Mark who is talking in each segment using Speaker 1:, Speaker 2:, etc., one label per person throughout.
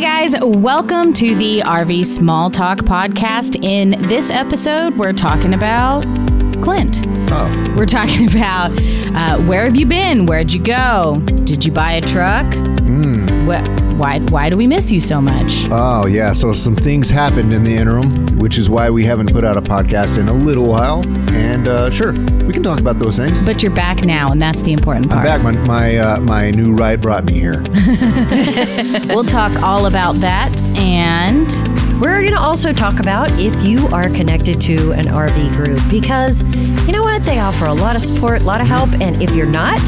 Speaker 1: guys, welcome to the RV Small Talk podcast. In this episode, we're talking about Clint.
Speaker 2: Oh,
Speaker 1: We're talking about uh, where have you been? Where'd you go? Did you buy a truck?
Speaker 2: Hmm.
Speaker 1: Wh- why, why do we miss you so much?
Speaker 2: oh yeah. So some things happened in the interim, which is why we haven't put out a podcast in a little while. And uh, sure, we can talk about those things.
Speaker 1: But you're back now, and that's the important part.
Speaker 2: I'm back. My my, uh, my new ride brought me here.
Speaker 1: We'll talk all about that and
Speaker 3: We're going to also talk about if you are connected to an RV group because you know what? They offer a lot of support, a lot of help. And if you're not,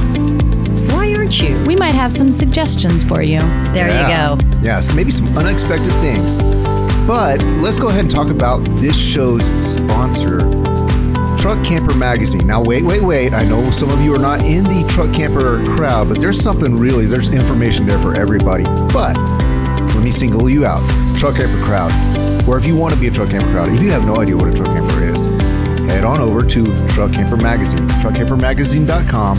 Speaker 3: why aren't you?
Speaker 1: we might have some suggestions for you.
Speaker 3: There
Speaker 2: Yeah.
Speaker 3: you go.
Speaker 2: Yes, maybe some unexpected things. But let's go ahead and talk about this show's sponsor, Truck Camper Magazine. Now, wait, wait, wait. I know some of you are not in the truck camper crowd, but there's something really, there's information there for everybody. But let me single you out, truck camper crowd. Or if you want to be a truck camper crowd, if you have no idea what a truck camper is, head on over to Truck Camper Magazine. TruckCamperMagazine.com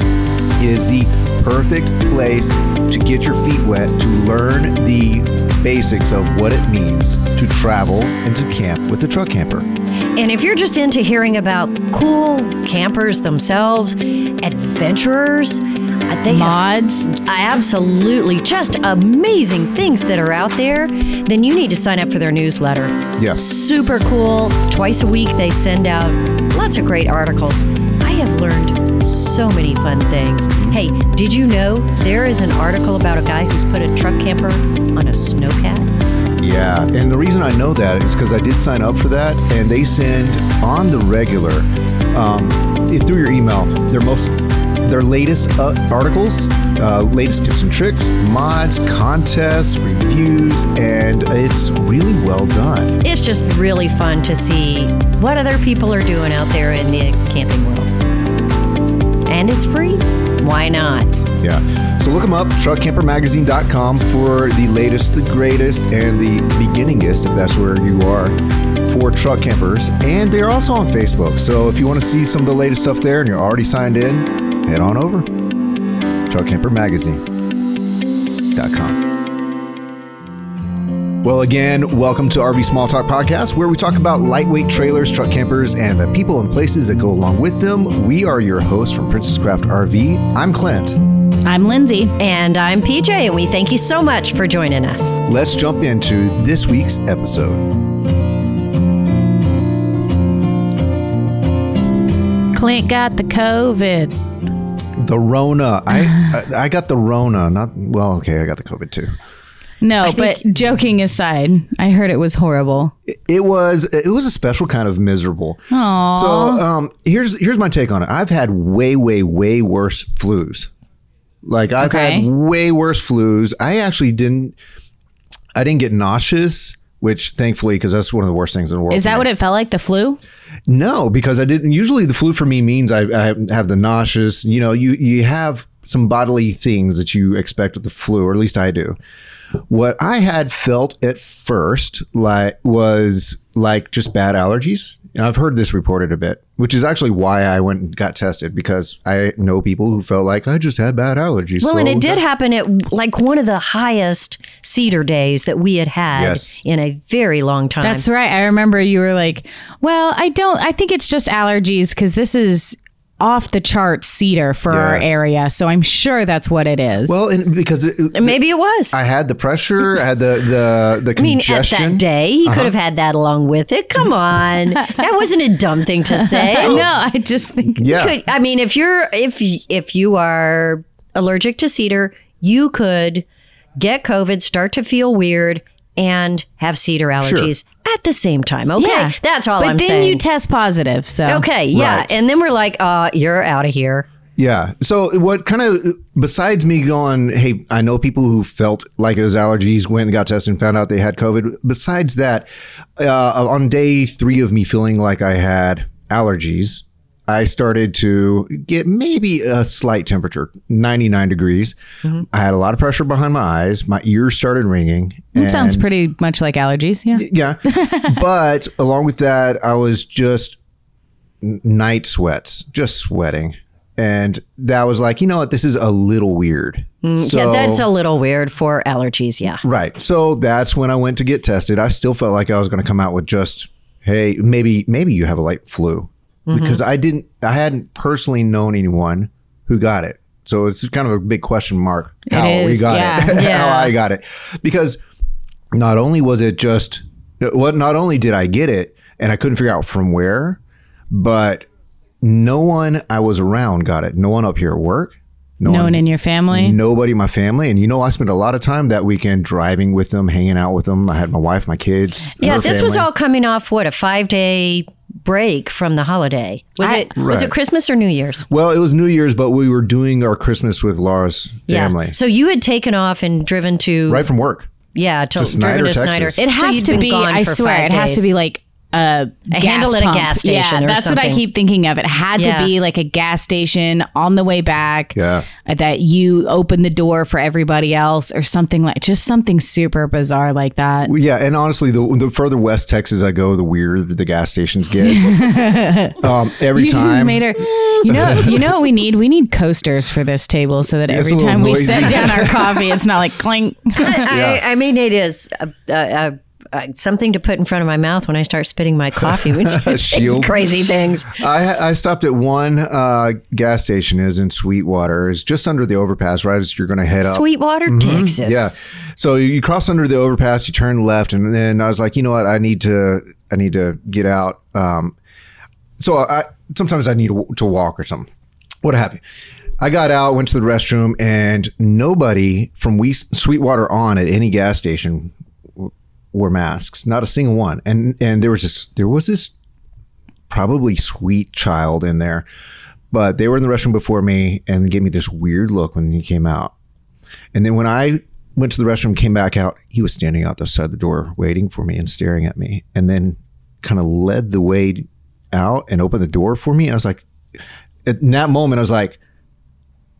Speaker 2: is the perfect place to get your feet wet to learn the basics of what it means to travel and to camp with a truck camper.
Speaker 3: And if you're just into hearing about cool campers themselves, adventurers, uh, they have
Speaker 1: Mods.
Speaker 3: absolutely just amazing things that are out there, then you need to sign up for their newsletter.
Speaker 2: Yes.
Speaker 3: Super cool. Twice a week, they send out lots of great articles. I have learned so many fun things. Hey, did you know there is an article about a guy who's put a truck camper on a snowcat?
Speaker 2: Yeah, and the reason I know that is because I did sign up for that, and they send on the regular um, it- through your email their most their latest uh, articles, uh, latest tips and tricks, mods, contests, reviews, and it's really well done.
Speaker 3: It's just really fun to see what other people are doing out there in the camping world. And it's free. Why not?
Speaker 2: Yeah. So look them up, truckcampermagazine.com for the latest, the greatest, and the beginningest, if that's where you are, for truck campers. And they're also on Facebook. So if you want to see some of the latest stuff there and you're already signed in, head on over. Truckcampermagazine.com. Well, again, welcome to RV Small Talk Podcast, where we talk about lightweight trailers, truck campers, and the people and places that go along with them. We are your hosts from Princess Craft RV. I'm Clint.
Speaker 1: I'm Lindsay.
Speaker 3: And I'm PJ, and we thank you so much for joining us.
Speaker 2: Let's jump into this week's episode.
Speaker 1: Clint got the COVID.
Speaker 2: The Rona. I I, I got the Rona. Not well. Okay, I got the COVID too.
Speaker 1: No, but joking aside, I heard it was horrible.
Speaker 2: It, it was it was a special kind of miserable. So um, here's here's my take on it. I've had way way way worse flus. Like I've
Speaker 1: Okay.
Speaker 2: had way worse flus. I actually didn't. I didn't get nauseous, which thankfully, because that's one of the worst things in the world.
Speaker 1: Is
Speaker 2: for me.
Speaker 1: that what it felt like? The flu?
Speaker 2: No, because I didn't. Usually, the flu for me means I, I have the nauseous. You know, you you have some bodily things that you expect with the flu, or at least I do. What I had felt at first like was like just bad allergies, and I've heard this reported a bit, which is actually why I went and got tested because I know people who felt like I just had bad allergies.
Speaker 3: Well,
Speaker 2: so
Speaker 3: and
Speaker 2: I
Speaker 3: it did
Speaker 2: got-
Speaker 3: happen at like one of the highest cedar days that we had had
Speaker 2: Yes.
Speaker 3: in a very long time.
Speaker 1: That's right. I remember you were like, well, I don't, I think it's just allergies because this is off the charts cedar for our
Speaker 2: Yes.
Speaker 1: area. So I'm sure that's what it is.
Speaker 2: Well, and because it,
Speaker 3: Maybe it was.
Speaker 2: I
Speaker 3: I,
Speaker 2: had the pressure, I had the the the
Speaker 3: mean, at
Speaker 2: congestion.
Speaker 3: that day, he
Speaker 2: Uh-huh.
Speaker 3: could have had that along with it. Come on, that wasn't a dumb thing to say.
Speaker 1: no, I just think
Speaker 2: Oh, yeah.
Speaker 3: Could, I mean, if you're if y- if you are allergic to cedar, you could get COVID, start to feel weird, and have cedar allergies at the same time. Okay,
Speaker 1: Yeah.
Speaker 3: that's all
Speaker 1: But
Speaker 3: I'm
Speaker 1: then
Speaker 3: saying.
Speaker 1: you test positive. So
Speaker 3: Okay, yeah.
Speaker 2: Right.
Speaker 3: And then we're like, uh, you're out of here.
Speaker 2: Yeah. So what kind of besides me going, hey, I know people who felt like it was allergies, went and got tested and found out they had COVID. Besides that, uh, on day three of me feeling like I had allergies, I started to get maybe a slight temperature, 99 degrees. I had a lot of pressure behind my eyes. My ears started ringing.
Speaker 1: It sounds pretty much like allergies. Yeah.
Speaker 2: Yeah. but along with that, I was just n- night sweats, just sweating. and that was like, you know what, this is a little weird.
Speaker 3: Mm, yeah, that's a little weird for allergies. Yeah.
Speaker 2: Right. So that's when I went to get tested. I still felt like I was going to come out with just, hey, maybe maybe you have a light flu
Speaker 1: Mm-hmm.
Speaker 2: because I didn't I hadn't personally known anyone who got it. So it's kind of a big question mark how we
Speaker 1: is,
Speaker 2: got
Speaker 1: yeah,
Speaker 2: it,
Speaker 1: yeah.
Speaker 2: how I got it, because not only was it just what not only did I get it and I couldn't figure out from where, but no one I was around got it. No one up here at work.
Speaker 1: No one in your family.
Speaker 2: Nobody in my family. And you know, I spent a lot of time that weekend driving with them, hanging out with them. I had my wife, my kids.
Speaker 3: Yeah,
Speaker 2: her
Speaker 3: this was
Speaker 2: family.
Speaker 3: all coming off what a five day break from the holiday. Was
Speaker 1: I-
Speaker 3: it
Speaker 2: Right.
Speaker 3: was it Christmas or New Year's?
Speaker 2: Well, it was New Year's, but we were doing our Christmas with Laura's family.
Speaker 3: Yeah. So you had taken off and driven to
Speaker 2: Right from work.
Speaker 3: yeah to,
Speaker 2: Snyder,
Speaker 3: driven to
Speaker 2: Texas.
Speaker 3: Snyder.
Speaker 2: It
Speaker 1: It
Speaker 3: So
Speaker 1: has
Speaker 3: you'd
Speaker 1: to
Speaker 3: been
Speaker 1: be.
Speaker 3: gone
Speaker 1: I
Speaker 3: for
Speaker 1: swear,
Speaker 3: five
Speaker 1: it has to
Speaker 3: days.
Speaker 1: be like a, gas
Speaker 3: handle at a
Speaker 1: pump.
Speaker 3: gas station
Speaker 1: Yeah,
Speaker 3: or
Speaker 1: that's what I
Speaker 3: something.
Speaker 1: keep thinking of. It had
Speaker 3: Yeah.
Speaker 1: to be like a gas station on the way back.
Speaker 2: Yeah.
Speaker 1: uh, that you open the door for everybody else or something like just something super bizarre like that.
Speaker 2: Yeah, and honestly, the the further west Texas I go, the weirder the gas stations get. um, every
Speaker 1: You
Speaker 2: time.
Speaker 1: made her. You know, you know what we need? We need coasters for this table so that
Speaker 2: it's
Speaker 1: every
Speaker 2: a little
Speaker 1: time we
Speaker 2: noisy.
Speaker 1: set down our coffee, it's not like clink.
Speaker 2: Yeah.
Speaker 3: I, I mean, it is uh, uh, uh, uh, something to put in front of my mouth when I start spitting my coffee. When you say
Speaker 2: Shield.
Speaker 3: crazy things.
Speaker 2: I, I stopped at one uh, gas station is in Sweetwater. It's just under the overpass, right as you're going to head up.
Speaker 3: Sweetwater, Texas.
Speaker 2: Mm-hmm. Yeah. So you cross under the overpass, you turn left, and then I was like, you know what? I need to, I need to get out. Um, so I sometimes I need to, to walk or something, what have you. I got out, went to the restroom, and nobody from we Sweetwater on at any gas station w- wore masks. Not a single one. And and there was this, there was this probably sweet child in there, but they were in the restroom before me and gave me this weird look when he came out. And then when I went to the restroom, came back out, he was standing out the side of the door waiting for me and staring at me. And then kind of led the way out and opened the door for me. And I was like, at that moment, I was like,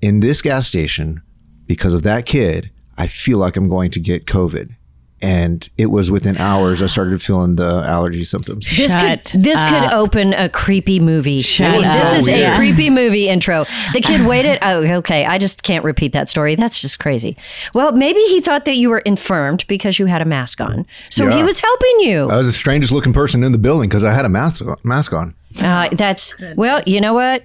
Speaker 2: in this gas station, because of that kid, I feel like I'm going to get COVID. And it was within hours I started feeling the allergy symptoms.
Speaker 3: This
Speaker 1: Shut
Speaker 3: could this could open a creepy movie.
Speaker 1: Shut
Speaker 3: this
Speaker 1: up.
Speaker 3: is
Speaker 2: Yeah.
Speaker 3: a creepy movie intro. The kid waited. Oh, okay. I just can't repeat that story. That's just crazy. Well, maybe he thought that you were infirmed because you had a mask on, so he
Speaker 2: Yeah.
Speaker 3: was helping you.
Speaker 2: I was the strangest looking person in the building because I had a mask mask on.
Speaker 3: Uh, that's well. You know what?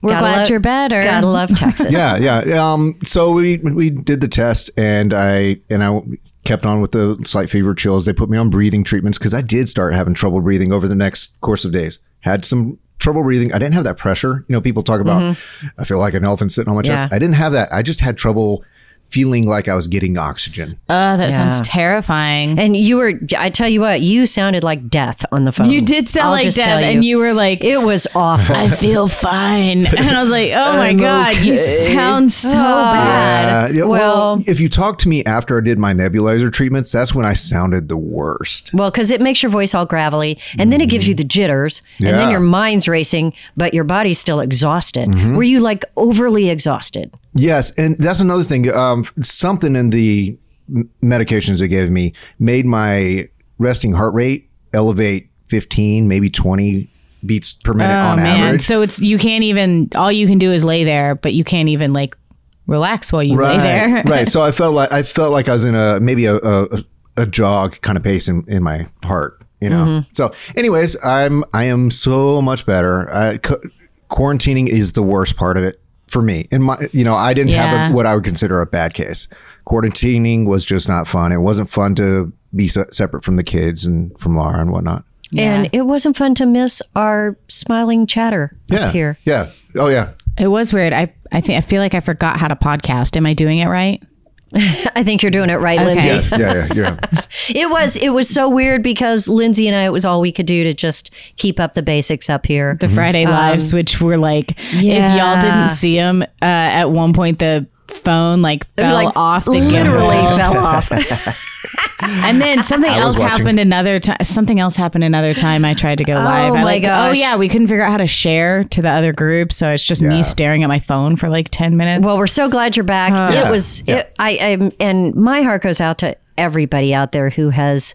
Speaker 1: We're
Speaker 3: Gotta
Speaker 1: glad
Speaker 3: love-
Speaker 1: you're better.
Speaker 3: Gotta love Texas.
Speaker 2: Yeah, yeah. Um, so we we did the test, and I and I kept on with the slight fever chills. They put me on breathing treatments because I did start having trouble breathing over the next course of days. Had some trouble breathing. I didn't have that pressure. You know, people talk about I feel like an elephant sitting on my chest.
Speaker 3: Mm-hmm. Yeah.
Speaker 2: I didn't have that. I just had trouble feeling like I was getting oxygen.
Speaker 1: Oh, that
Speaker 3: Yeah.
Speaker 1: sounds terrifying.
Speaker 3: And you were, I tell you what, you sounded like death on the phone.
Speaker 1: You did sound
Speaker 3: I'll
Speaker 1: like
Speaker 3: just
Speaker 1: death,
Speaker 3: tell
Speaker 1: and you were like,
Speaker 3: It was awful.
Speaker 1: I feel fine. And I was like, oh my God, you sound so
Speaker 3: Ah.
Speaker 1: bad.
Speaker 2: Uh, Yeah, yeah,
Speaker 3: Well-
Speaker 2: if you talk to me after I did my nebulizer treatments, that's when I sounded the worst.
Speaker 3: Well, because it makes your voice all gravelly, and then it gives you the jitters, and
Speaker 2: Mm-hmm. Yeah. Mm-hmm.
Speaker 3: then your mind's racing, but your body's still exhausted. Were you like overly exhausted?
Speaker 2: Yes, and that's another thing. Um, something in the m- medications they gave me made my resting heart rate elevate 15, maybe 20 beats per minute
Speaker 1: Oh
Speaker 2: on
Speaker 1: man.
Speaker 2: average.
Speaker 1: So it's, you can't even, all you can do is lay there, but you can't even like relax while you lay there.
Speaker 2: right, right. So I felt like I felt like I was in a maybe a a, a jog kind of pace in, in my heart, you know.
Speaker 3: Mm-hmm.
Speaker 2: So, anyways, I'm I am so much better. I, cu- quarantining is the worst part of it for me. In my, you know, I didn't
Speaker 1: Yeah.
Speaker 2: have a, what I would consider a bad case. Quarantining was just not fun. It wasn't fun to be se- separate from the kids and from Laura and whatnot.
Speaker 3: And it wasn't fun to miss our smiling chatter
Speaker 2: Yeah.
Speaker 3: up here.
Speaker 2: Yeah. Oh yeah.
Speaker 1: It was weird. I, I think, I feel like I forgot how to podcast. Am I doing it right?
Speaker 3: I think you're doing it right, Lindsay.
Speaker 1: Okay.
Speaker 2: Yes. Yeah. Yeah. Yeah.
Speaker 3: It was it was so weird because Lindsay and I it was all we could do to just keep up the basics up here.
Speaker 2: Mm-hmm.
Speaker 1: The Friday lives, which were like, if y'all
Speaker 3: Um, Yeah.
Speaker 1: didn't see them, uh, at one point, the phone like fell
Speaker 3: like,
Speaker 1: off the
Speaker 3: literally
Speaker 1: gimbal.
Speaker 3: fell off.
Speaker 1: And then something
Speaker 2: was
Speaker 1: else
Speaker 2: watching.
Speaker 1: happened another time. Something else happened another time. I tried to go live.
Speaker 3: my
Speaker 1: I like,
Speaker 3: gosh.
Speaker 1: oh yeah, we couldn't figure out how to share to the other group, so it's just
Speaker 2: Yeah.
Speaker 1: me staring at my phone for like ten minutes.
Speaker 3: Well, we're so glad you're back.
Speaker 2: Yeah.
Speaker 3: it was
Speaker 2: Yeah.
Speaker 3: it, I I'm and my heart goes out to everybody out there who has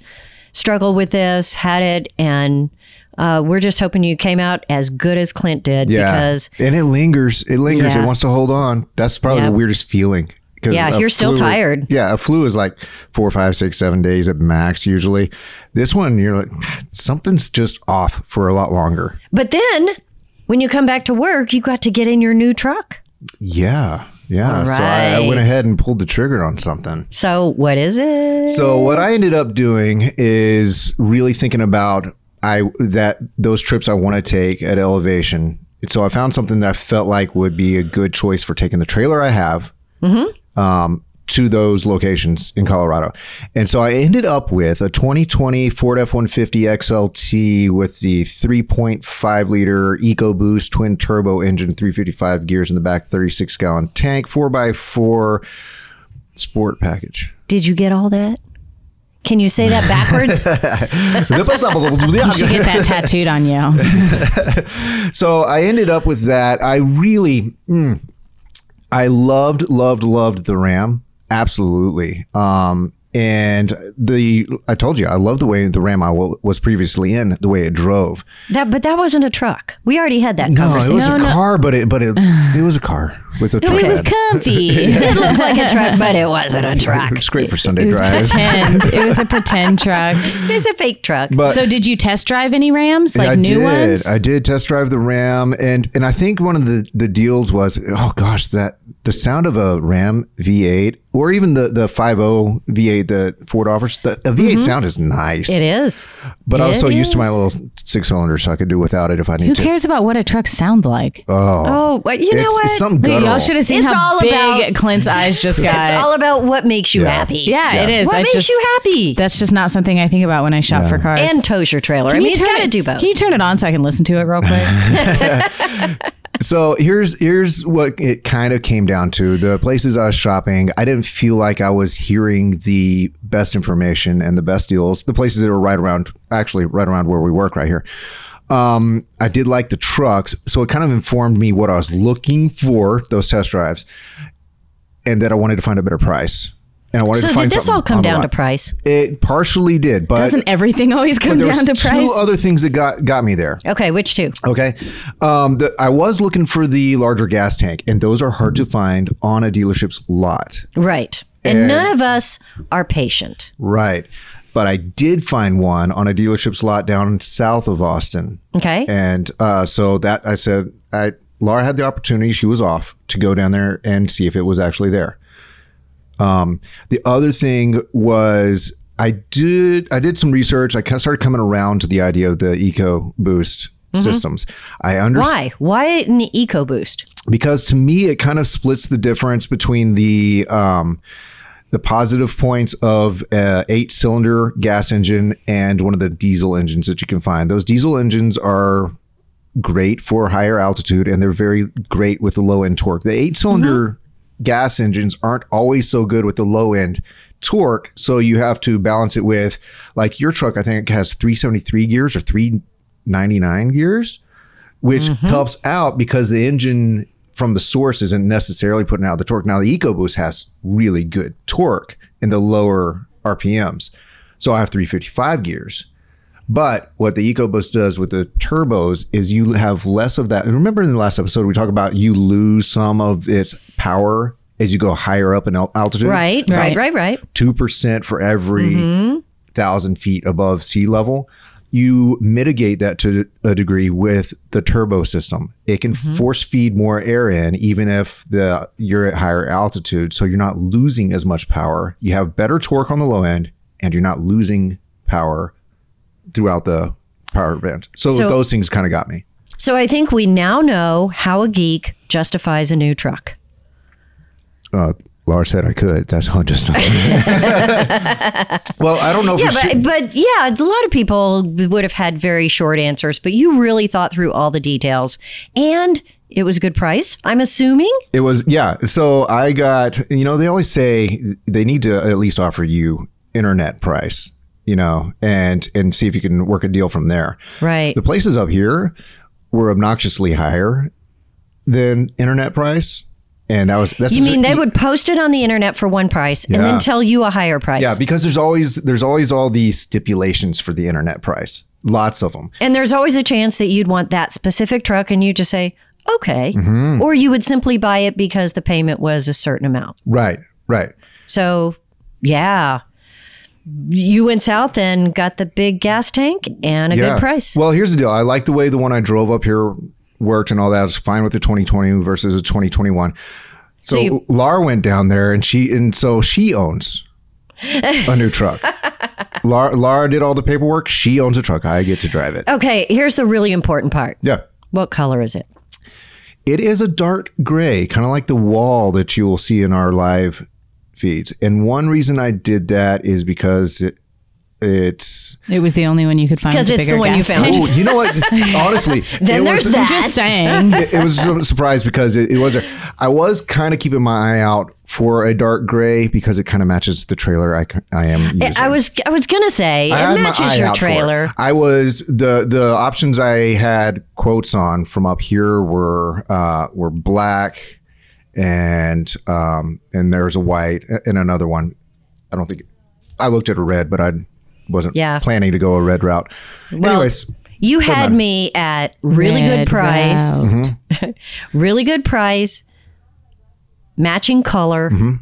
Speaker 3: struggled with this, had it and Uh, we're just hoping you came out as good as Clint did
Speaker 2: Yeah.
Speaker 3: because
Speaker 2: and it lingers. It lingers. It
Speaker 3: Yeah.
Speaker 2: wants to hold on. That's probably
Speaker 3: Yeah.
Speaker 2: the weirdest feeling. 'Cause
Speaker 3: Yeah,
Speaker 2: a
Speaker 3: you're still
Speaker 2: flu-
Speaker 3: tired.
Speaker 2: Yeah, a flu is like four, five, six, seven days at max usually. This one, you're like, something's just off for a lot longer.
Speaker 3: But then when you come back to work, you got to get in your new truck.
Speaker 2: Yeah, yeah. So I, I
Speaker 3: Alright.
Speaker 2: went ahead and pulled the trigger on something.
Speaker 3: So what is it?
Speaker 2: So what I ended up doing is really thinking about I that those trips I want to take at elevation. And So I found something that I felt like would be a good choice for taking the trailer I have um, to those locations in Colorado. And so I ended up with a 2020 Ford F-150 XLT with the 3.5 liter EcoBoost twin turbo engine, 355 gears in the back, 36 gallon tank, 4x4 sport package.
Speaker 3: Did you get all that? Can you say that backwards?
Speaker 1: You should get that tattooed on you.
Speaker 2: So I ended up with that. I really, mm, I loved, loved, loved the Ram. Absolutely. Um, and the, I told you, I love the way the Ram I wa- was previously in, the way it drove.
Speaker 3: that but that wasn't a truck. We already had that
Speaker 2: No, it
Speaker 3: conversation.
Speaker 2: was a car, but it, but it, it was a car with a truck
Speaker 1: It was
Speaker 2: bed.
Speaker 1: comfy.
Speaker 3: it looked like a truck, but it wasn't a truck.
Speaker 2: It's great for Sunday
Speaker 1: It was
Speaker 2: drives.
Speaker 1: pretend. It was a pretend truck.
Speaker 3: It was a fake truck.
Speaker 2: But
Speaker 1: So did you test drive any Rams? Like
Speaker 2: I
Speaker 1: new
Speaker 2: did.
Speaker 1: ones?
Speaker 2: I did test drive the Ram, and and I think one of the the deals was, oh gosh, that the sound of a Ram V8 or even the the 50 V8 that Ford offers, the a
Speaker 1: Mm-hmm.
Speaker 2: V8 sound is nice.
Speaker 3: it is.
Speaker 2: but I was
Speaker 3: It
Speaker 2: so used to my
Speaker 3: is.
Speaker 2: little six cylinder, so I could do without it if I need
Speaker 1: Who
Speaker 2: to.
Speaker 1: cares about what a truck sounds like?
Speaker 3: Oh, but you know
Speaker 2: it's,
Speaker 3: what?
Speaker 2: it's something
Speaker 1: Look,
Speaker 2: guttural.
Speaker 1: y'all should have seen
Speaker 3: It's
Speaker 1: how
Speaker 3: all
Speaker 1: big
Speaker 3: about-
Speaker 1: Clint's eyes just got.
Speaker 3: it's all about what makes you happy.
Speaker 1: yeah, it is.
Speaker 3: What
Speaker 1: I
Speaker 3: makes
Speaker 1: just,
Speaker 3: you happy?
Speaker 1: That's just not something I think about when I shop for cars.
Speaker 3: and tows your trailer. I
Speaker 1: Can you
Speaker 3: mean, it's
Speaker 1: turn
Speaker 3: got to
Speaker 1: it-
Speaker 3: do both.
Speaker 1: Can you turn it on so I can listen to it real quick?
Speaker 2: So here's here's what it kind of came down to. The places I was shopping, I didn't feel like I was hearing the best information and the best deals. The places that were right around, actually right around where we work, right here. Um, I did like the trucks, so it kind of informed me what I was looking for those test drives, and that I wanted to find a better price. And I wanted
Speaker 3: so
Speaker 2: to
Speaker 3: did
Speaker 2: find
Speaker 3: this
Speaker 2: something
Speaker 3: all come
Speaker 2: on the
Speaker 3: down to
Speaker 2: lot.
Speaker 3: price?
Speaker 2: It partially did, but
Speaker 1: Doesn't everything always come
Speaker 2: there was
Speaker 1: down to
Speaker 2: two
Speaker 1: price?
Speaker 2: other things that got got me there.
Speaker 3: Okay, which two?
Speaker 2: Okay. Um, the, I was looking for the larger gas tank, and those are hard to find on a dealership's lot.
Speaker 3: Right. And, none of us are patient.
Speaker 2: Right. But I did find one on a dealership's lot down south of Austin.
Speaker 3: Okay.
Speaker 2: And uh, so that I said, I Laura had the opportunity, she was off to go down there and see if it was actually there. Um, the other thing was I did I did some research. I kind of started coming around to the idea of the Eco Boost systems. I understand.
Speaker 3: Why? Why an EcoBoost?
Speaker 2: because to me it kind of splits the difference between the um, the positive points of uh, eight cylinder gas engine and one of the diesel engines that you can find. Those diesel engines are great for higher altitude and they're very great with the low end torque. The eight cylinder gas engines aren't always so good with the low end torque, so you have to balance it with like your truck. I think has 373 gears or 399 gears which helps out because the engine from the source isn't necessarily putting out the torque. Now the EcoBoost has really good torque in the lower RPMs. So I have 355 gears. But what the EcoBoost does with the turbos is you have less of that. And remember in the last episode we talked about you lose some of its power as you go higher up in al- altitude.
Speaker 3: Right,
Speaker 1: Right.
Speaker 3: right, right, right.
Speaker 2: Two percent for every
Speaker 3: Mm-hmm.
Speaker 2: thousand feet above sea level. You mitigate that to a degree with the turbo system. It can
Speaker 3: Mm-hmm.
Speaker 2: force feed more air in, even if the you're at higher altitude, so you're not losing as much power. You have better torque on the low end, and you're not losing power throughout the power band. So,
Speaker 3: So-
Speaker 2: those things kind of got me.
Speaker 3: So I think we now know how a geek justifies a new truck.
Speaker 2: Uh, Lars said I could. That's how just. well, I don't know. If
Speaker 3: Yeah,
Speaker 2: we should-
Speaker 3: but, but yeah, a lot of people would have had very short answers, but you really thought through all the details. And it was a good price, I'm assuming.
Speaker 2: It was yeah. So I got you know they always say they need to at least offer you internet price, you know, and and see if you can work a deal from there.
Speaker 3: Right.
Speaker 2: The places up here were obnoxiously higher than internet price, and that was that's
Speaker 3: You mean they
Speaker 2: would.
Speaker 3: would post it on the internet for one price and
Speaker 2: Yeah.
Speaker 3: then tell you a higher price?
Speaker 2: Yeah, because there's always there's always all these stipulations for the internet price. Lots of them.
Speaker 3: And there's always a chance that you'd want that specific truck and you just say, okay.
Speaker 2: Mm-hmm.
Speaker 3: Or you would simply buy it because the payment was a certain amount.
Speaker 2: Right. Right.
Speaker 3: So, yeah. You went south and got the big gas tank and a
Speaker 2: Yeah.
Speaker 3: good price.
Speaker 2: Well, here's the deal. I like the way the one I drove up here worked and all that. I was fine with the 2020 versus the 2021. So,
Speaker 3: So you-
Speaker 2: Lar went down there and she and so she owns a new truck. Lar Lara did all the paperwork. She owns a truck. I get to drive it.
Speaker 3: okay, here's the really important part.
Speaker 2: Yeah.
Speaker 3: What color is it?
Speaker 2: It is a dark gray, kind of like the wall that you will see in our live feeds. And one reason I did that is because it, it's
Speaker 1: It was the only one you could find.
Speaker 3: 'Cause
Speaker 1: with a
Speaker 3: it's the
Speaker 1: bigger
Speaker 3: one you
Speaker 1: gas
Speaker 3: found.
Speaker 1: tank.
Speaker 2: Oh, you know what? Honestly,
Speaker 3: Then
Speaker 2: it
Speaker 3: there's
Speaker 2: was,
Speaker 3: that.
Speaker 1: Just saying.
Speaker 2: It, it was a surprise because it, it was. A, I was kind of keeping my eye out for a dark gray because it kind of matches the trailer I, c- I am using.
Speaker 3: I was I was gonna say
Speaker 2: I
Speaker 3: it
Speaker 2: had my
Speaker 3: matches
Speaker 2: eye
Speaker 3: your
Speaker 2: out for it.
Speaker 3: trailer.
Speaker 2: I was the the options I had quotes on from up here were uh, were black and um, and there's a white and another one. I don't think I looked at a red, but I wasn't
Speaker 3: Yeah.
Speaker 2: planning to go a red route.
Speaker 3: Well,
Speaker 2: Anyways,
Speaker 3: You had me at really
Speaker 1: Red
Speaker 3: good price,
Speaker 1: route.
Speaker 2: Mm-hmm.
Speaker 3: really good price, matching color,
Speaker 2: Mm-hmm.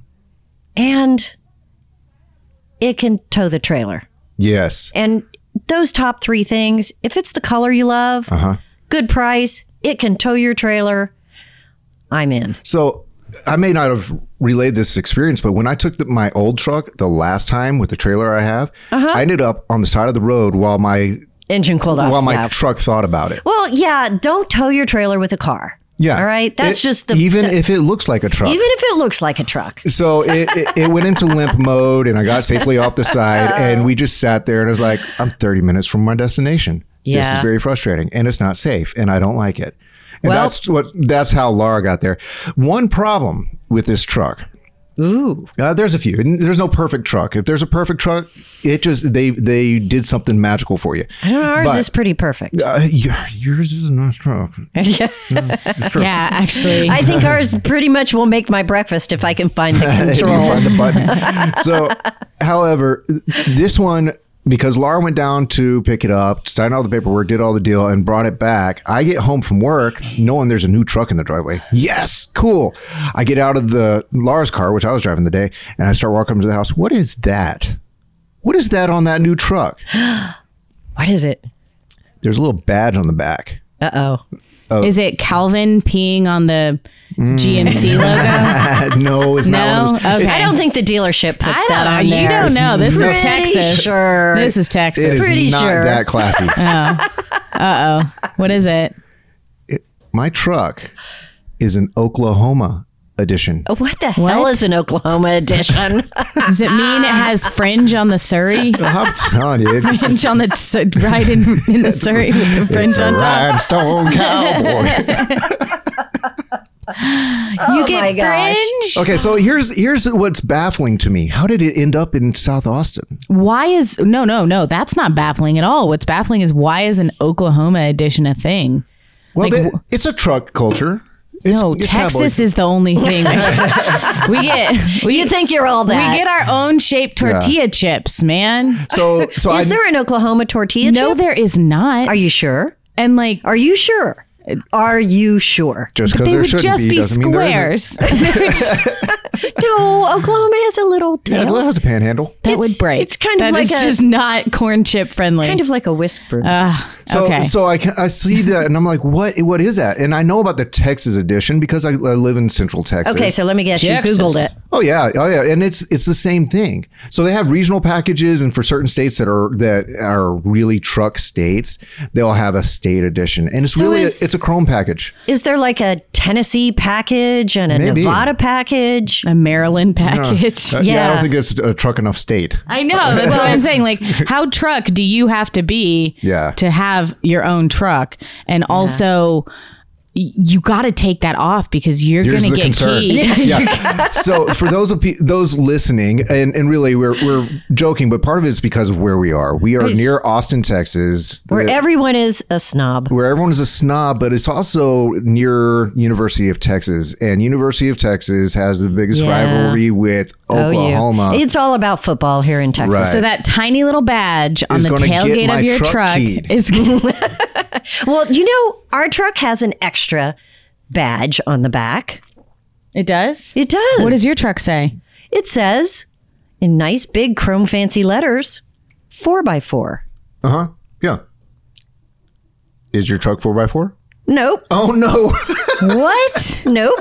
Speaker 3: and it can tow the trailer.
Speaker 2: yes,
Speaker 3: And those top three things, if it's the color you love,
Speaker 2: Uh-huh.
Speaker 3: good price, it can tow your trailer, I'm in.
Speaker 2: So I may not have relayed this experience, but when I took the, my old truck the last time with the trailer I have,
Speaker 3: Uh-huh.
Speaker 2: I ended up on the side of the road while my
Speaker 3: Engine cooled off.
Speaker 2: while my
Speaker 3: Oh, yeah.
Speaker 2: truck thought about it.
Speaker 3: well, yeah, don't tow your trailer with a car.
Speaker 2: Yeah.
Speaker 3: All right. That's
Speaker 2: It-
Speaker 3: just the
Speaker 2: even
Speaker 3: the-
Speaker 2: if it looks like a truck.
Speaker 3: even if it looks like a truck.
Speaker 2: so it, it, it went into limp mode and I got safely off the side and we just sat there and I was like, I'm 30 minutes from my destination. This is
Speaker 3: Yeah.
Speaker 2: very frustrating and it's not safe and I don't like it. And
Speaker 3: Well-
Speaker 2: that's what that's how Laura got there. One problem with this truck
Speaker 3: Ooh.
Speaker 2: Uh, there's a few. N- There's no perfect truck. If there's a perfect truck, it just they they did something magical for you.
Speaker 3: I don't know, ours
Speaker 2: But-
Speaker 3: is pretty perfect.
Speaker 2: Uh, your, yours is a nice truck.
Speaker 1: Yeah, actually.
Speaker 3: I think ours pretty much will make my breakfast if I can find the
Speaker 2: If you
Speaker 3: controls.
Speaker 2: find the button. so, however, this one because Laura went down to pick it up, signed all the paperwork, did all the deal, and brought it back. I get home from work knowing there's a new truck in the driveway. Yes, cool. I get out of the Laura's car, which I was driving the day, and I start walking up to the house. What is that? What is that on that new truck?
Speaker 3: what is it?
Speaker 2: There's a little badge on the back.
Speaker 3: Uh oh.
Speaker 1: Is it Calvin peeing on the Mm. GMC logo?
Speaker 2: no, it's not
Speaker 1: no?
Speaker 2: one of those.
Speaker 1: Okay.
Speaker 3: I don't think the dealership puts that on there.
Speaker 1: you don't know. This
Speaker 3: Pretty
Speaker 1: is Texas.
Speaker 3: Sure.
Speaker 1: This is
Speaker 2: It
Speaker 1: Texas.
Speaker 2: is
Speaker 3: Pretty
Speaker 2: not
Speaker 3: sure.
Speaker 2: that classy.
Speaker 1: what is it?
Speaker 2: My truck is an Oklahoma edition.
Speaker 3: what the hell is an Oklahoma edition?
Speaker 1: Does it mean it has fringe on the Surrey?
Speaker 2: I'm telling you, it's,
Speaker 1: Fringe on the su- right in, in the Surrey with the fringe
Speaker 2: it's a
Speaker 1: on top.
Speaker 2: rhinestone cowboy.
Speaker 3: you get
Speaker 1: Oh my gosh.
Speaker 3: fringe?
Speaker 2: okay, so here's here's what's baffling to me. How did it end up in South Austin?
Speaker 1: Why is no no no? That's not baffling at all. What's baffling is why is an Oklahoma edition a thing?
Speaker 2: Well,
Speaker 1: Like,
Speaker 2: they-
Speaker 1: wh-
Speaker 2: it's a truck culture. It's,
Speaker 1: No,
Speaker 2: it's
Speaker 1: Texas
Speaker 2: cowboys.
Speaker 1: is the only thing. we get we,
Speaker 3: You think you're all that?
Speaker 1: we get our own shaped tortilla chips, man.
Speaker 2: so so. I,
Speaker 3: is there an Oklahoma tortilla
Speaker 1: No,
Speaker 3: chip?
Speaker 1: there is not.
Speaker 3: Are you sure?
Speaker 1: and like
Speaker 3: Are you sure? Are you sure?
Speaker 2: just because
Speaker 1: they
Speaker 2: there
Speaker 1: would
Speaker 2: shouldn't
Speaker 1: just
Speaker 2: be,
Speaker 1: be
Speaker 2: doesn't mean there isn't.
Speaker 1: squares
Speaker 3: No, Oklahoma has a little
Speaker 2: Yeah,
Speaker 3: tail.
Speaker 2: it has a panhandle.
Speaker 1: that
Speaker 3: It's-
Speaker 1: would break.
Speaker 3: it's kind of
Speaker 1: That
Speaker 3: like
Speaker 1: is
Speaker 3: a-
Speaker 1: just not corn chip friendly.
Speaker 3: kind of like a whisper.
Speaker 2: So,
Speaker 1: okay.
Speaker 2: so I, ca- I see that and I'm like, what what is that? And I know about the Texas edition because I, I live in Central Texas.
Speaker 3: okay, so let me guess.
Speaker 1: Texas.
Speaker 3: You Googled it.
Speaker 2: Oh yeah, oh yeah, and it's it's the same thing. So they have regional packages, and for certain states that are that are really truck states, they'll have a state edition, and it's really
Speaker 1: is-
Speaker 2: it's a Chrome package.
Speaker 3: Is there like a Tennessee package and a
Speaker 2: Maybe.
Speaker 3: Nevada package?
Speaker 1: a Maryland package.
Speaker 2: Uh, yeah, I don't
Speaker 3: Yeah.
Speaker 2: think it's a truck enough state.
Speaker 1: I know. That's what I'm saying. Like, how truck do you have to be
Speaker 2: Yeah.
Speaker 1: to have your own truck? And also, you got to take that off because you're
Speaker 2: Here's
Speaker 1: going to
Speaker 2: the
Speaker 1: get
Speaker 2: concern.
Speaker 1: keyed.
Speaker 2: yeah. So for those of pe- those listening, and, and really we're we're joking, but part of it is because of where we are. We are
Speaker 3: Right.
Speaker 2: near Austin, Texas,
Speaker 3: where
Speaker 2: the-
Speaker 3: everyone is a snob.
Speaker 2: where everyone is a snob, but it's also near University of Texas, and University of Texas has the biggest
Speaker 3: Yeah.
Speaker 2: rivalry with
Speaker 3: Oh, you.
Speaker 2: Oklahoma.
Speaker 3: It's all about football here in Texas.
Speaker 2: Right.
Speaker 1: So that tiny little badge on
Speaker 2: Is
Speaker 1: the
Speaker 2: gonna get
Speaker 1: tailgate
Speaker 2: my
Speaker 1: of your
Speaker 2: truck
Speaker 1: truck
Speaker 2: keyed.
Speaker 1: is
Speaker 3: Well, you know, our truck has an extra badge on the back.
Speaker 1: it does.
Speaker 3: It does.
Speaker 1: What does your truck say?
Speaker 3: It says in nice big chrome fancy letters, four by four.
Speaker 2: uh huh. Yeah. Is your truck four by four?
Speaker 3: Nope.
Speaker 2: Oh no.
Speaker 1: What?
Speaker 3: Nope.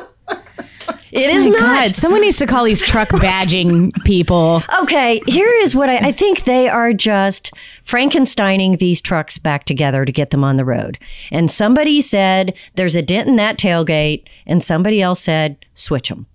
Speaker 3: It is not.
Speaker 1: God, someone needs to call these truck badging people.
Speaker 3: Okay, here is what I, I think they are just Frankensteining these trucks back together to get them on the road. And somebody said, there's a dent in that tailgate. And somebody else said, switch them.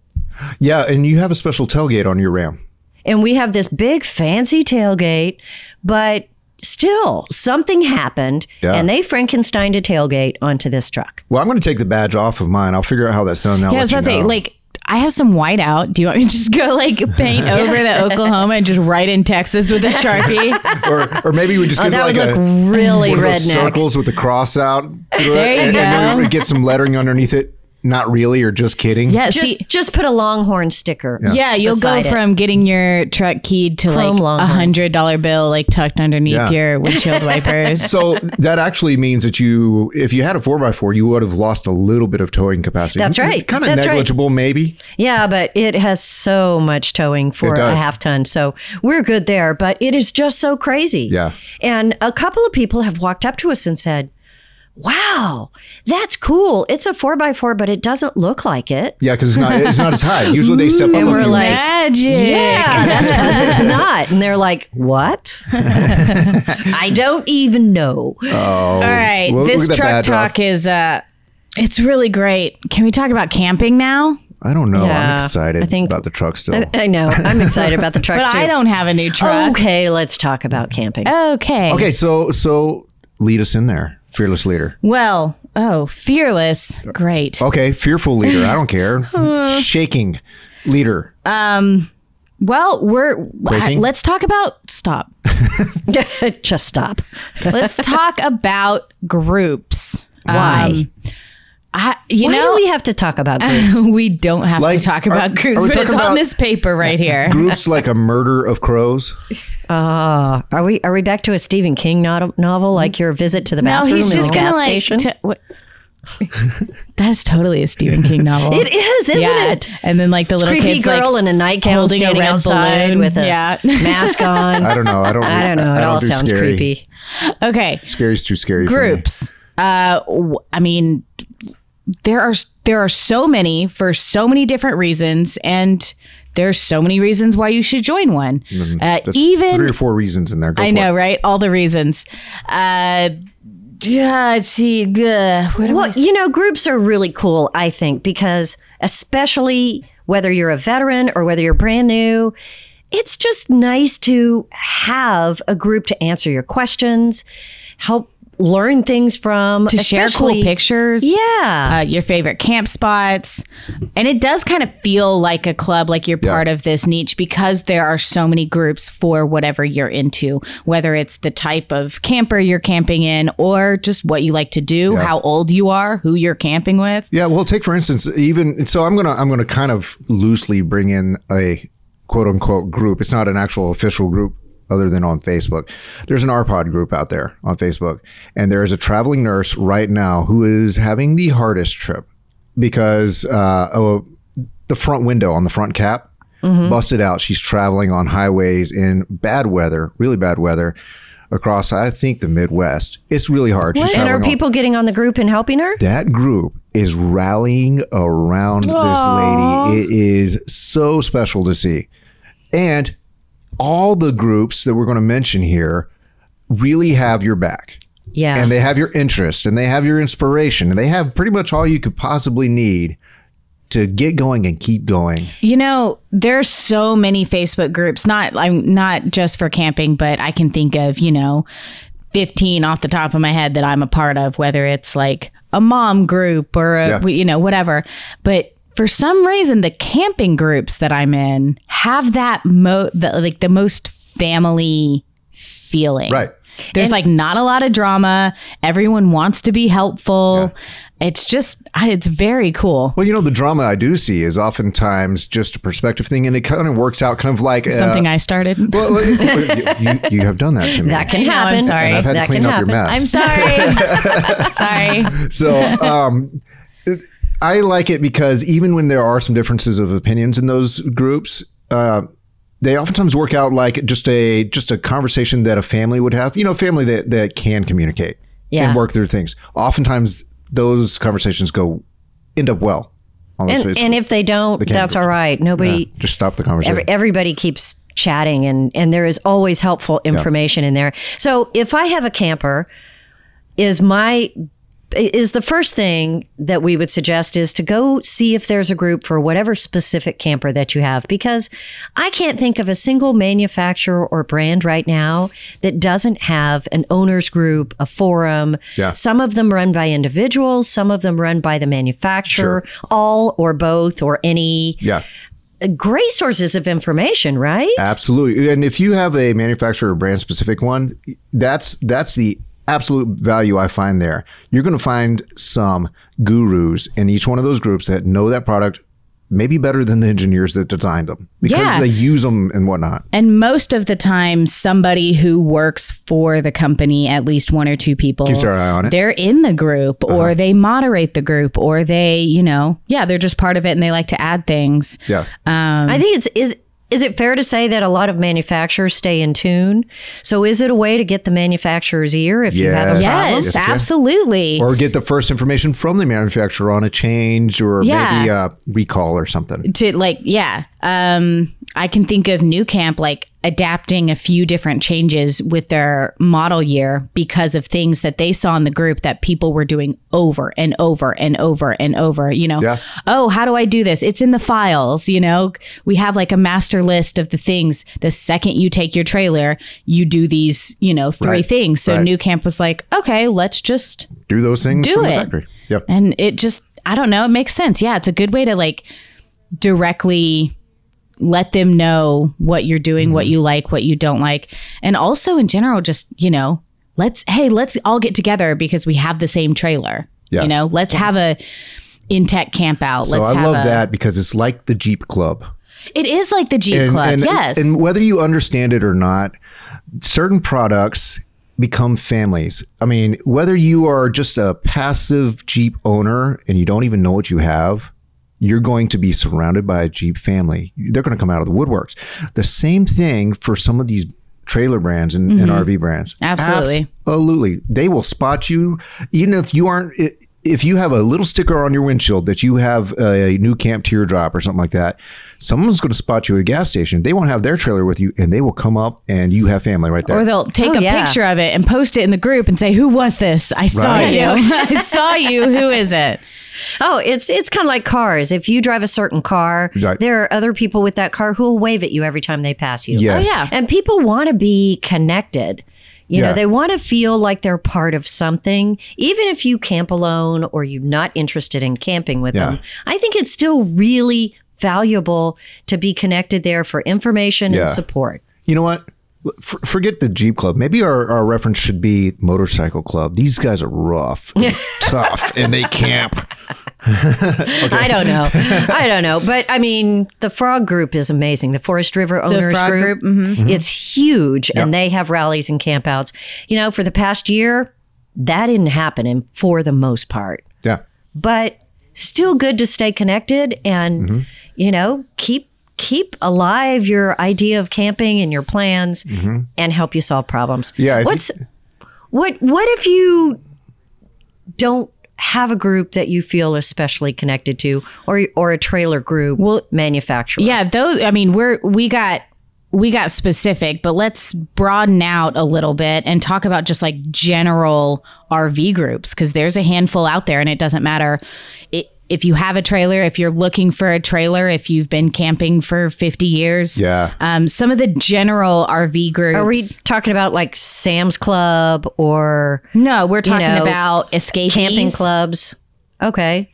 Speaker 2: yeah, and you have a special tailgate on your Ram.
Speaker 3: and we have this big fancy tailgate, but still something happened
Speaker 2: Yeah.
Speaker 3: and they Frankensteined a tailgate onto this truck.
Speaker 2: Well, I'm going to take the badge off of mine. I'll figure out how that's done. Now,
Speaker 1: Yeah, I was about to say, like, I have some white out. Do you want me to just go like paint over the Oklahoma and just write in Texas with a sharpie?
Speaker 2: or, or maybe we just
Speaker 3: Oh,
Speaker 2: give it
Speaker 3: that
Speaker 2: like
Speaker 3: would look
Speaker 2: a
Speaker 3: really
Speaker 2: one of those
Speaker 3: redneck.
Speaker 2: circles with the cross out. through it,
Speaker 1: There you
Speaker 2: and, and then
Speaker 1: go.
Speaker 2: we would get some lettering underneath it. Not really, or just kidding.
Speaker 1: Yeah, see,
Speaker 3: Just just put a longhorn sticker.
Speaker 1: yeah, you'll go
Speaker 3: beside it.
Speaker 1: from getting your truck keyed to
Speaker 3: Chrome
Speaker 1: like a
Speaker 3: Longhorns.
Speaker 1: hundred dollar bill like tucked underneath
Speaker 2: Yeah.
Speaker 1: your windshield wipers.
Speaker 2: So that actually means that you, if you had a four x four, you would have lost a little bit of towing capacity.
Speaker 3: That's right.
Speaker 2: Kind of
Speaker 3: That's right.
Speaker 2: negligible, maybe.
Speaker 3: Yeah, but it has so much towing for
Speaker 2: It
Speaker 3: a
Speaker 2: does.
Speaker 3: half ton. So we're good there, but it is just so crazy.
Speaker 2: Yeah.
Speaker 3: And a couple of people have walked up to us and said, Wow, that's cool. It's a four by four, but it doesn't look like it.
Speaker 2: Yeah, because it's not it's not as high. Usually they step up
Speaker 3: Mm, And
Speaker 2: a
Speaker 3: we're
Speaker 2: few
Speaker 3: like,
Speaker 2: inches.
Speaker 1: Magic.
Speaker 3: Yeah, that's because it's not. And they're like, what? I don't even know.
Speaker 2: Oh,
Speaker 1: All right,
Speaker 2: We'll-
Speaker 1: this
Speaker 2: we'll get
Speaker 1: truck
Speaker 2: that badge off.
Speaker 1: talk is uh, it's really great. Can we talk about camping now?
Speaker 2: I don't know. I'm
Speaker 3: Yeah,
Speaker 2: excited
Speaker 3: I think-
Speaker 2: about the truck still.
Speaker 3: I know. I'm excited about the trucks
Speaker 1: But
Speaker 3: too.
Speaker 1: I don't have a new truck.
Speaker 3: Okay, let's talk about camping.
Speaker 1: Oh, okay.
Speaker 2: okay, so so lead us in there, fearless leader.
Speaker 1: Well, oh, fearless. Great.
Speaker 2: Okay, fearful leader. I don't care. Shaking leader.
Speaker 1: Well, we're
Speaker 2: Quaking?
Speaker 1: let's talk about stop. Uh,
Speaker 3: Just stop.
Speaker 1: Let's talk about groups. Um,
Speaker 3: Why?
Speaker 1: I you
Speaker 3: Why
Speaker 1: know
Speaker 3: do we have to talk about groups?
Speaker 1: we don't have
Speaker 2: Like,
Speaker 1: to talk
Speaker 2: are-
Speaker 1: about groups,
Speaker 2: are we
Speaker 1: but it's
Speaker 2: talking
Speaker 1: on
Speaker 2: about-
Speaker 1: this paper right here.
Speaker 2: Groups like a murder of crows.
Speaker 1: Uh.
Speaker 3: Ah, are we are we back to a Stephen King no- novel like your visit to the
Speaker 1: No,
Speaker 3: bathroom
Speaker 1: he's
Speaker 3: in the
Speaker 1: just gonna
Speaker 3: gas
Speaker 1: like.
Speaker 3: station?
Speaker 1: t- what- that is totally a Stephen King novel.
Speaker 3: it is, isn't
Speaker 1: yeah.
Speaker 3: it?
Speaker 1: And then like the little
Speaker 3: Creepy
Speaker 1: kids,
Speaker 3: girl
Speaker 1: like,
Speaker 3: in a nightgown
Speaker 1: holding a
Speaker 3: standing
Speaker 1: red
Speaker 3: outside
Speaker 1: balloon.
Speaker 3: with a
Speaker 1: Yeah.
Speaker 3: mask on.
Speaker 2: I don't know. I don't.
Speaker 3: I don't know. It all
Speaker 2: do
Speaker 3: sounds
Speaker 2: scary.
Speaker 3: creepy.
Speaker 1: okay.
Speaker 2: Scary's too scary. for me.
Speaker 1: groups. Uh, w- I mean, there are there are so many for so many different reasons, and there's so many reasons why you should join one. Uh,
Speaker 2: Mm-hmm. That's three
Speaker 1: even
Speaker 2: or four reasons in there. Go
Speaker 1: I
Speaker 2: for
Speaker 1: know,
Speaker 2: it.
Speaker 1: right? All the reasons. Uh, yeah, let's see. Uh, where do I
Speaker 3: Well, you know, groups are really cool, I think, because especially whether you're a veteran or whether you're brand new, it's just nice to have a group to answer your questions, help learn things from,
Speaker 1: to share cool
Speaker 3: especially-
Speaker 1: pictures?
Speaker 3: Yeah.
Speaker 1: uh, your favorite camp spots. And it does kind of feel like a club, like you're part of this niche because there are so many groups for whatever you're into, whether it's the type of camper you're camping in or just what you like to do, how old you are, who you're camping with.
Speaker 2: Yeah. Well, take for instance, even so, I'm gonna I'm gonna kind of loosely bring in a quote unquote group. It's not an actual official group other than on Facebook. There's an RPod group out there on Facebook, and there is a traveling nurse right now who is having the hardest trip because uh, oh, the front window on the front cap
Speaker 3: Mm-hmm.
Speaker 2: busted out. She's traveling on highways in bad weather, really bad weather. Across, I think the Midwest, it's really hard. She's
Speaker 3: and are
Speaker 2: traveling on-
Speaker 3: people getting on the group and helping her?
Speaker 2: that group is rallying around this lady. It is so special to see. And all the groups that we're going to mention here really have your back.
Speaker 3: Yeah.
Speaker 2: And they have your interest and they have your inspiration and they have pretty much all you could possibly need to get going and keep going.
Speaker 1: You know, there's so many Facebook groups, not I'm not just for camping, but I can think of, you know, 15 off the top of my head that I'm a part of, whether it's like a mom group or a,
Speaker 2: Yeah.
Speaker 1: we- you know, whatever. But for some reason, the camping groups that I'm in have that mo the, like the most family feeling.
Speaker 2: Right.
Speaker 1: There's like not a lot of drama. Everyone wants to be helpful. It's just, I- it's very cool.
Speaker 2: Well, you know, the drama I do see is oftentimes just a perspective thing, and it kind of works out kind of like uh,
Speaker 1: Something I started.
Speaker 2: well, you, you have done that to me.
Speaker 3: That can
Speaker 1: know, I'm
Speaker 3: happen.
Speaker 1: sorry.
Speaker 2: I've had to
Speaker 3: that
Speaker 2: clean
Speaker 3: can
Speaker 2: up your
Speaker 3: happen.
Speaker 2: mess.
Speaker 1: I'm sorry. sorry.
Speaker 2: So, um, I like it because even when there are some differences of opinions in those groups, uh, they oftentimes work out like just a just a conversation that a family would have. You know, a family that that can communicate
Speaker 3: Yeah.
Speaker 2: and work through things. Oftentimes, those conversations go end up well. Unless
Speaker 3: And,
Speaker 2: it's-
Speaker 3: and if they don't,
Speaker 2: can't
Speaker 3: that's
Speaker 2: do it.
Speaker 3: all right. Nobody.
Speaker 2: just stop the conversation.
Speaker 3: every, everybody keeps chatting and and there is always helpful information in there so if i have a camper is my is the first thing that we would suggest is to go see if there's a group for whatever specific camper that you have because i can't think of a single manufacturer or brand right now that doesn't have an owners group a forum
Speaker 2: Yeah.
Speaker 3: some of them run by individuals some of them run by the manufacturer all or both or any
Speaker 2: yeah.
Speaker 3: great sources of information, right?
Speaker 2: Absolutely. And if you have a manufacturer or brand specific one, that's that's the absolute value I find there. You're going to find some gurus in each one of those groups that know that product maybe better than the engineers that designed them because
Speaker 1: Yeah.
Speaker 2: they use them and whatnot.
Speaker 1: And most of the time, somebody who works for the company, at least one or two people,
Speaker 2: Keeps their eye on it. Uh-huh.
Speaker 1: They're in the group, or they moderate the group, or they, you know, yeah, they're just part of it, and they like to add things.
Speaker 2: Yeah.
Speaker 3: I think it's is is it fair to say that a lot of manufacturers stay in tune? So is it a way to get the manufacturer's ear if you have a
Speaker 2: Yes.
Speaker 3: problem?
Speaker 1: Yes,
Speaker 2: Yes, okay.
Speaker 1: absolutely.
Speaker 2: or get the first information from the manufacturer on a change or
Speaker 1: Yeah.
Speaker 2: maybe a recall or something.
Speaker 1: to like yeah um i can think of new camp like adapting a few different changes with their model year because of things that they saw in the group that people were doing over and over and over and over you know
Speaker 2: Yeah.
Speaker 1: oh how do i do this it's in the files you know we have like a master list of the things the second you take your trailer you do these you know three
Speaker 2: Right.
Speaker 1: things so
Speaker 2: Right.
Speaker 1: new camp was like okay let's just
Speaker 2: Do those things
Speaker 1: Do
Speaker 2: from the
Speaker 1: it.
Speaker 2: factory. Yep.
Speaker 1: and it just, I don't know, it makes sense. Yeah, it's a good way to like directly let them know what you're doing,
Speaker 2: Mm-hmm.
Speaker 1: what you like, what you don't like. And also in general, just, you know, let's, hey, let's all get together because we have the same trailer.
Speaker 2: Yeah.
Speaker 1: You know, let's have a in tech camp out.
Speaker 2: So
Speaker 1: let's
Speaker 2: I
Speaker 1: have
Speaker 2: love
Speaker 1: a,
Speaker 2: that because it's like the Jeep Club.
Speaker 1: It is like the Jeep
Speaker 2: and,
Speaker 1: Club.
Speaker 2: and-
Speaker 1: yes.
Speaker 2: And whether you understand it or not, certain products become families. I mean, whether you are just a passive Jeep owner and you don't even know what you have, you're going to be surrounded by a Jeep family. They're going to come out of the woodworks. The same thing for some of these trailer brands and, and RV brands.
Speaker 1: Mm-hmm. Absolutely.
Speaker 2: Absolutely. They will spot you, even if you aren't. i- If you have a little sticker on your windshield that you have a new camp teardrop or something like that, someone's going to spot you at a gas station. They won't have their trailer with you, and they will come up, and you have family right there.
Speaker 1: or they'll take
Speaker 3: Oh,
Speaker 1: a
Speaker 3: yeah.
Speaker 1: picture of it and post it in the group and say, Who was this? I saw
Speaker 2: Right.
Speaker 1: you. I saw you. Who is it?
Speaker 3: Oh, it's it's kind of like cars. If you drive a certain car,
Speaker 2: Right.
Speaker 3: there are other people with that car who will wave at you every time they pass you.
Speaker 2: yes.
Speaker 1: yeah.
Speaker 3: And people want to be connected. You
Speaker 2: Yeah.
Speaker 3: know, they want to feel like they're part of something, even if you camp alone or you're not interested in camping with
Speaker 2: Yeah.
Speaker 3: them. I think it's still really valuable to be connected there for information
Speaker 2: Yeah.
Speaker 3: and support.
Speaker 2: You know what? L- for- forget the Jeep Club. Maybe our, our reference should be Motorcycle Club. These guys are rough, and tough, and they camp.
Speaker 3: I don't know. I don't know. But I mean, the Frog Group is amazing. The Forest River Owners
Speaker 1: Frog
Speaker 3: Group. mm-hmm. It's huge, and they have rallies and campouts. You know, for the past year, that didn't happen, and for the most part.
Speaker 2: Yeah.
Speaker 3: but still good to stay connected and
Speaker 2: Mm-hmm.
Speaker 3: you know keep keep alive your idea of camping and your plans and help you solve problems
Speaker 2: Mm-hmm. Yeah, if you-
Speaker 3: what's what what if you don't have a group that you feel especially connected to or or a trailer group well, manufacturer
Speaker 1: Yeah, those I mean, we're we got we got specific, but let's broaden out a little bit and talk about just like general RV groups cuz there's a handful out there and it doesn't matter it if you have a trailer, if you're looking for a trailer, if you've been camping for 50 years.
Speaker 2: Yeah.
Speaker 1: Um, some of the general RV groups.
Speaker 3: Are we talking about like Sam's Club or
Speaker 1: no, we're talking
Speaker 3: know,
Speaker 1: about escapees,
Speaker 3: camping clubs? Okay.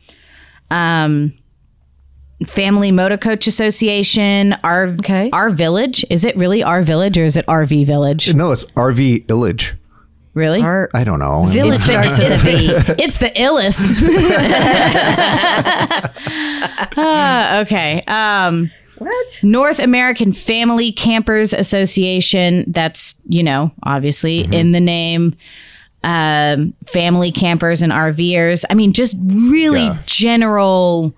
Speaker 1: um, Family Motorcoach Association, our
Speaker 3: Okay.
Speaker 1: our village. Is it really our village or is it RV Village?
Speaker 2: No, it's RV Illage.
Speaker 1: Really?
Speaker 3: Or
Speaker 2: I don't know.
Speaker 3: village starts with a V.
Speaker 1: it's the illest. Ah, okay. Um,
Speaker 3: What?
Speaker 1: North American Family Campers Association. That's, you know, obviously in the name. Um, family campers and RVers. I mean, just really
Speaker 2: Yeah.
Speaker 1: general,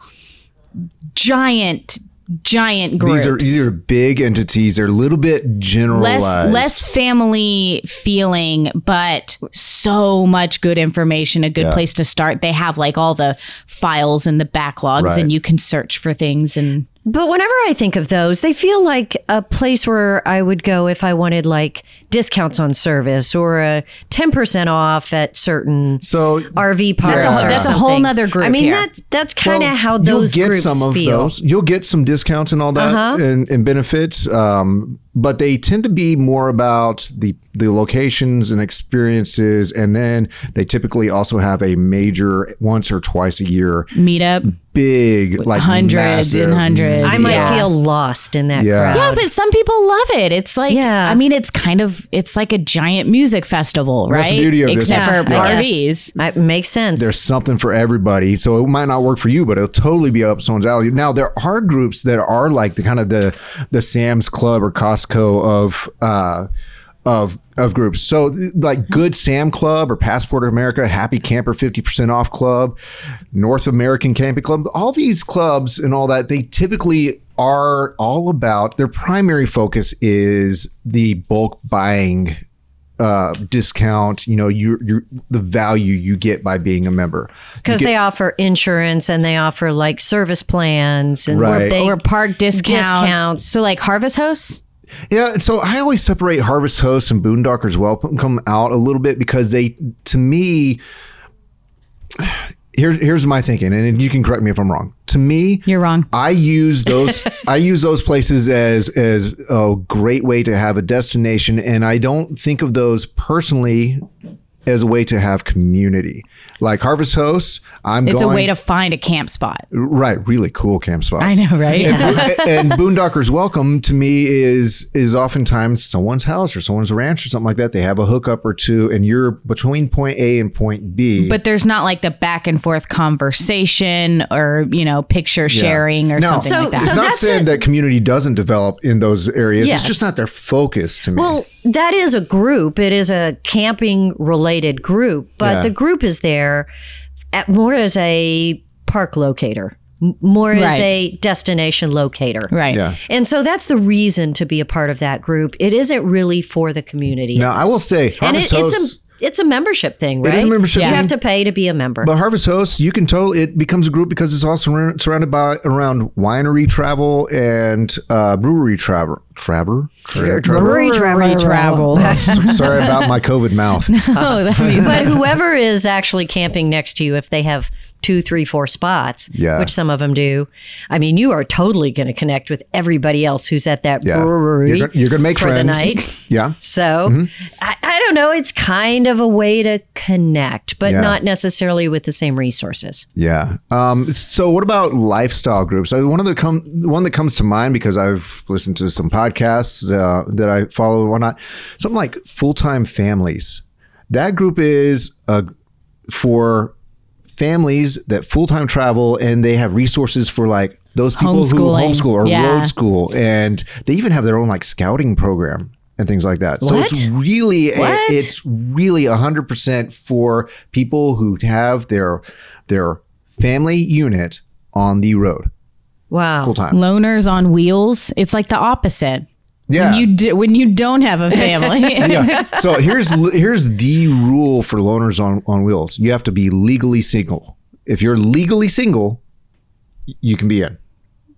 Speaker 1: giant, giant groups.
Speaker 2: These are these are big entities. They're a little bit generalized.
Speaker 1: less less family feeling but so much good information a good
Speaker 2: Yeah.
Speaker 1: place to start they have like all the files and the backlogs
Speaker 2: Right.
Speaker 1: and you can search for things and
Speaker 3: But whenever I think of those, they feel like a place where I would go if I wanted like discounts on service or a 10% off at certain
Speaker 2: So
Speaker 3: RV parks.
Speaker 2: That's a whole-
Speaker 3: or
Speaker 2: that's a
Speaker 1: whole
Speaker 3: something.
Speaker 1: nother group
Speaker 3: I mean,
Speaker 1: here.
Speaker 3: that's that's kind of
Speaker 2: well,
Speaker 3: how those
Speaker 2: you'll get
Speaker 3: groups
Speaker 2: some of
Speaker 3: feel. Uh-huh.
Speaker 2: those. You'll get some discounts and all that and, and benefits, um, but they tend to be more about the the locations and experiences, and then they typically also have a major once or twice a year
Speaker 1: meetup
Speaker 2: big like
Speaker 1: hundreds and
Speaker 2: massive-
Speaker 1: hundreds.
Speaker 3: I might
Speaker 1: Yeah.
Speaker 3: feel lost in that
Speaker 2: Yeah.
Speaker 3: crowd.
Speaker 1: yeah but some people love it it's like
Speaker 3: Yeah.
Speaker 1: i mean it's kind of it's like a giant music festival right
Speaker 2: That's the beauty of this.
Speaker 1: except
Speaker 3: Yeah,
Speaker 1: for
Speaker 3: I
Speaker 1: rvs
Speaker 3: Might- makes sense.
Speaker 2: there's something for everybody. So it might not work for you, but it'll totally be up someone's alley. Now there are groups that are like the kind of the the Sam's Club or Costco of uh of of groups. So th- like Good Sam Club or Passport of America, Happy Camper 50% off club, North American Camping Club, all these clubs and all that, they typically are all about their primary focus is the bulk buying uh, discount, you know, you you the value you get by being a member.
Speaker 3: because they offer insurance and they offer like service plans and where
Speaker 2: Right.
Speaker 3: they
Speaker 1: or park discounts.
Speaker 3: Discounts.
Speaker 1: so like harvest hosts
Speaker 2: Yeah, so I always separate Harvest Hosts and Boondockers Welcome out a little bit because they, to me, here's here's my thinking, and you can correct me if I'm wrong. To me,
Speaker 1: you're wrong
Speaker 2: I use those I use those places as as a great way to have a destination and I don't think of those personally as a way to have community. Like Harvest Hosts, I'm
Speaker 1: it's
Speaker 2: going
Speaker 1: a way to find a camp spot
Speaker 2: right, really cool camp spots.
Speaker 1: i know right
Speaker 2: and Boondockers Welcome to me is is oftentimes someone's house or someone's ranch or something like that. They have a hookup or two and you're between point A and point B.
Speaker 1: but there's not like the back and forth conversation or you know picture sharing or
Speaker 2: No.
Speaker 1: something
Speaker 3: So-
Speaker 1: like that.
Speaker 2: it's
Speaker 3: so
Speaker 2: not
Speaker 3: that's
Speaker 2: saying
Speaker 3: a-
Speaker 2: that community doesn't develop in those areas.
Speaker 3: Yes.
Speaker 2: It's just not their focus to me.
Speaker 3: Well, that is a group. It is a camping related group, but
Speaker 2: Yeah.
Speaker 3: the group is there at more as a park locator, m- more
Speaker 1: Right.
Speaker 3: as a destination locator.
Speaker 1: right.
Speaker 2: yeah.
Speaker 3: And so that's the reason to be a part of that group. It isn't really for the community.
Speaker 2: Now I will say
Speaker 3: and
Speaker 2: Harvest
Speaker 3: it,
Speaker 2: Hosts,
Speaker 3: it's a it's a membership thing, right?
Speaker 2: is a membership
Speaker 3: You
Speaker 2: thing.
Speaker 3: have to pay to be a member.
Speaker 2: but Harvest Hosts, you can totally it becomes a group because it's also surra- surrounded by around winery travel and uh, brewery travel. Traver, Tra- travel.
Speaker 3: Brewery
Speaker 1: Brewery travel.
Speaker 2: Sorry about my COVID mouth.
Speaker 1: oh, I mean,
Speaker 3: but whoever is actually camping next to you, if they have two, three, four spots,
Speaker 2: Yeah.
Speaker 3: which some of them do, I mean, you are totally going to connect with everybody else who's at that
Speaker 2: Yeah,
Speaker 3: brewery.
Speaker 2: you're, gonna- you're gonna make
Speaker 3: for
Speaker 2: friends
Speaker 3: the night.
Speaker 2: Yeah,
Speaker 3: So
Speaker 2: Mm-hmm.
Speaker 3: I, I don't know. It's kind of a way to connect, but
Speaker 2: Yeah.
Speaker 3: not necessarily with the same resources.
Speaker 2: yeah. Um, so, what about lifestyle groups? I, one of the com- one that comes to mind because I've listened to some podcasts uh, that I follow and whatnot. Something like full time families. That group is uh, for families that full time travel and they have resources for like those people who
Speaker 1: Homeschooling.
Speaker 2: homeschool or
Speaker 1: Yeah.
Speaker 2: road school, and they even have their own like scouting program and things like that. So it's
Speaker 3: What?
Speaker 2: really a-
Speaker 3: What?
Speaker 2: it's it's really 100% for people who have their their family unit on the road
Speaker 3: Wow.
Speaker 2: full time.
Speaker 1: loners on wheels. It's like the opposite.
Speaker 2: Yeah.
Speaker 1: When you do, when you don't have a family.
Speaker 2: yeah. So here's here's the rule for loners on on wheels. You have to be legally single. If you're legally single, y- you can be in.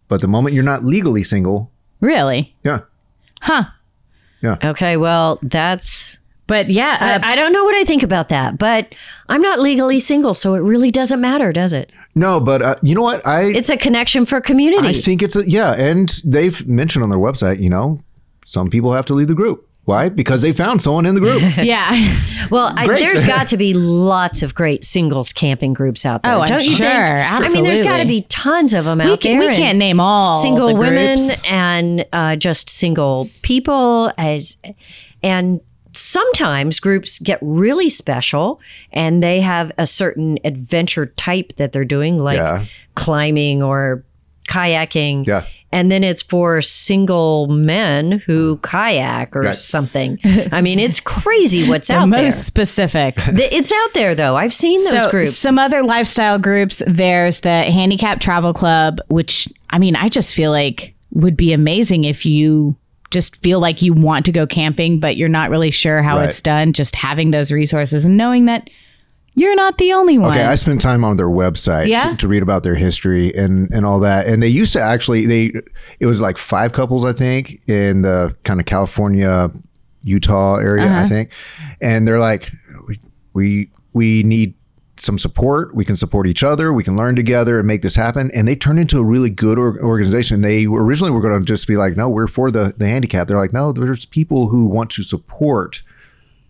Speaker 2: But the moment you're not legally single,
Speaker 1: Really?
Speaker 2: yeah.
Speaker 1: Huh.
Speaker 3: Okay. Well, that's
Speaker 1: But yeah, uh,
Speaker 3: I don't know what I think about that, but I'm not legally single, so it really doesn't matter, does it?
Speaker 2: No, but uh, you know what? I
Speaker 3: It's a connection for community.
Speaker 2: I think it's a yeah, and they've mentioned on their website, you know, some people have to leave the group. Why? Because they found someone in the group.
Speaker 1: yeah.
Speaker 3: well, I,
Speaker 2: Great.
Speaker 3: there's got to be lots of great singles camping groups out there.
Speaker 1: Oh, I'm
Speaker 3: don't you
Speaker 1: sure.
Speaker 3: think? I mean, there's got to
Speaker 1: Absolutely.
Speaker 3: be tons of them
Speaker 1: we,
Speaker 3: out
Speaker 1: can,
Speaker 3: there.
Speaker 1: we
Speaker 3: and
Speaker 1: can't name all
Speaker 3: single
Speaker 1: the
Speaker 3: women
Speaker 1: groups.
Speaker 3: and uh, just single people as and sometimes groups get really special and they have a certain adventure type that they're doing like
Speaker 2: Yeah.
Speaker 3: climbing or kayaking
Speaker 2: Yeah.
Speaker 3: and then it's for single men who kayak or
Speaker 2: Right.
Speaker 3: something i mean it's crazy what's
Speaker 1: The
Speaker 3: out
Speaker 1: most specific.
Speaker 3: there Th- it's out there though i've seen those
Speaker 1: so
Speaker 3: groups
Speaker 1: some other lifestyle groups. There's the handicap travel club, which I mean, I just feel like would be amazing if you just feel like you want to go camping, but you're not really sure how
Speaker 2: Right.
Speaker 1: it's done. Just having those resources and knowing that you're not the only one.
Speaker 2: Okay, I spent time on their website
Speaker 1: Yeah?
Speaker 2: to, to read about their history and and all that. And they used to actually they it was like five couples I think in the kind of California, Utah area I think, and they're like we we we need some support. We can support each other. We can learn together and make this happen. And they turned into a really good or- organization. They were- originally were going to just be like, no, we're for the the handicap. They're like, no, there's people who want to support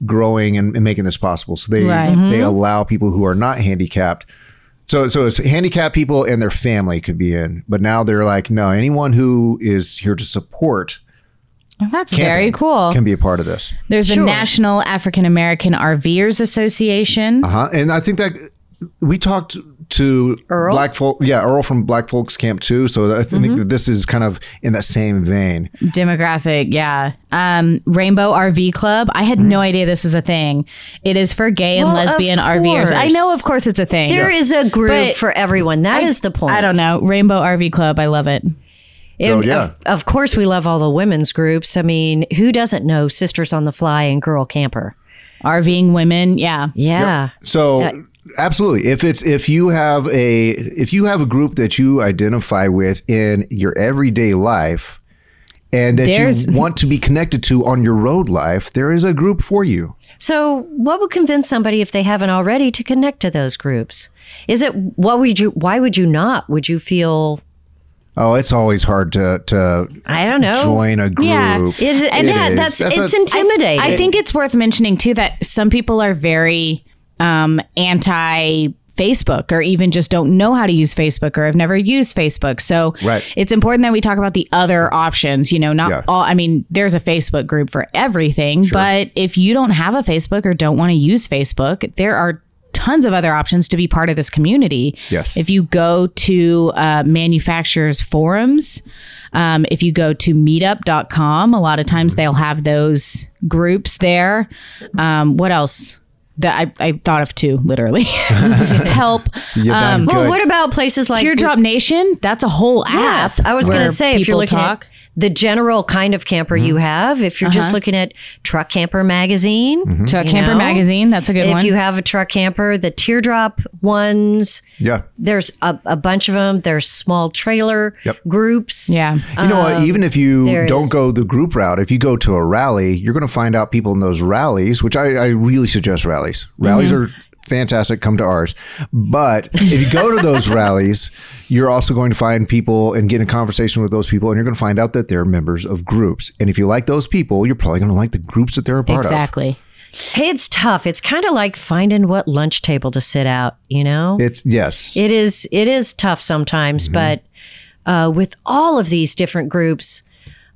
Speaker 2: growing and, and making this possible. So they
Speaker 1: Right.
Speaker 2: they allow people who are not handicapped. So so it's handicapped people and their family could be in, but now they're like, no, anyone who is here to support
Speaker 1: That's
Speaker 2: camping
Speaker 1: very cool.
Speaker 2: can be a part of this.
Speaker 1: There's the
Speaker 3: Sure.
Speaker 1: National African American RVers Association.
Speaker 3: Uh.
Speaker 2: Uh-huh. And I think that we talked to
Speaker 3: Earl? Mm-hmm.
Speaker 2: Black Folk, yeah, Earl from Black Folks Camp too. So I think that this is kind of in that same vein.
Speaker 1: demographic yeah um rainbow rv club i had no idea this was a thing it is for gay and
Speaker 3: Mm. Well, of
Speaker 1: lesbian rvers i know
Speaker 3: course.
Speaker 1: of course it's a thing
Speaker 3: There is a group
Speaker 1: But
Speaker 3: for everyone. That is the point.
Speaker 1: i don't know rainbow rv club i love it
Speaker 3: And
Speaker 2: yeah.
Speaker 3: of, of course, we love all the women's groups. I mean, who doesn't know Sisters on the Fly and Girl Camper?
Speaker 1: rving women yeah
Speaker 3: Yeah.
Speaker 2: So
Speaker 3: Yeah.
Speaker 2: absolutely. If it's if you have a if you have a group that you identify with in your everyday life and that
Speaker 1: There's-
Speaker 2: you want to be connected to on your road life, there is a group for you.
Speaker 3: So, what would convince somebody if they haven't already to connect to those groups? Is it what would you? Why would you not? Would you feel?
Speaker 2: Oh, it's always hard to to
Speaker 3: I don't know.
Speaker 2: join a group.
Speaker 1: Yeah.
Speaker 3: Oh, Is it, and
Speaker 2: It
Speaker 3: yeah,
Speaker 2: is.
Speaker 3: that's,
Speaker 2: That's
Speaker 3: it's
Speaker 2: a-
Speaker 3: intimidating.
Speaker 1: I think it's worth mentioning too that some people are very um, anti Facebook or even just don't know how to use Facebook or have never used Facebook. So
Speaker 2: Right.
Speaker 1: it's important that we talk about the other options, you know, not
Speaker 2: Yeah.
Speaker 1: all I mean, there's a Facebook group for everything, but if you don't have a Facebook or don't want to use Facebook, there are tons of other options to be part of this community.
Speaker 2: Yes.
Speaker 1: If you go to uh, manufacturers forums, um, if you go to meetup.com, a lot of times they'll have those groups there. Um, what else? That I, I thought of two, literally. Help.
Speaker 2: You're done
Speaker 3: um, Well,
Speaker 2: good.
Speaker 3: what about places like
Speaker 1: Teardrop Nation, that's a whole app.
Speaker 3: Yes, I was going
Speaker 1: where
Speaker 3: to say if you're
Speaker 1: people Mm-hmm.
Speaker 3: looking at the general kind of camper you have, if you're just looking at Truck Camper Magazine,
Speaker 1: to Uh-huh. Mm-hmm. a
Speaker 3: you
Speaker 1: camper
Speaker 3: know?
Speaker 1: magazine, that's a good
Speaker 3: if
Speaker 1: one.
Speaker 3: you have a truck camper, the teardrop ones,
Speaker 2: Yeah.
Speaker 3: there's a, a bunch of them. There's small trailer
Speaker 2: Yep.
Speaker 3: groups.
Speaker 1: yeah.
Speaker 2: You know, what? even if you
Speaker 3: Um, there
Speaker 2: don't
Speaker 3: is-
Speaker 2: go the group route, if you go to a rally, you're going to find out people in those rallies, which I, I really suggest rallies. Rallies are fantastic. Come to ours. But if you go to those rallies, you're also going to find people and get in conversation with those people, and you're going to find out that they're members of groups. And if you like those people, you're probably going to like the groups that they're a part
Speaker 1: Exactly.
Speaker 3: Hey, it's tough. It's kind of like finding what lunch table to sit out, you know?
Speaker 2: of. It's yes.
Speaker 3: It is it is tough
Speaker 2: Mm-hmm.
Speaker 3: sometimes, but uh, with all of these different groups,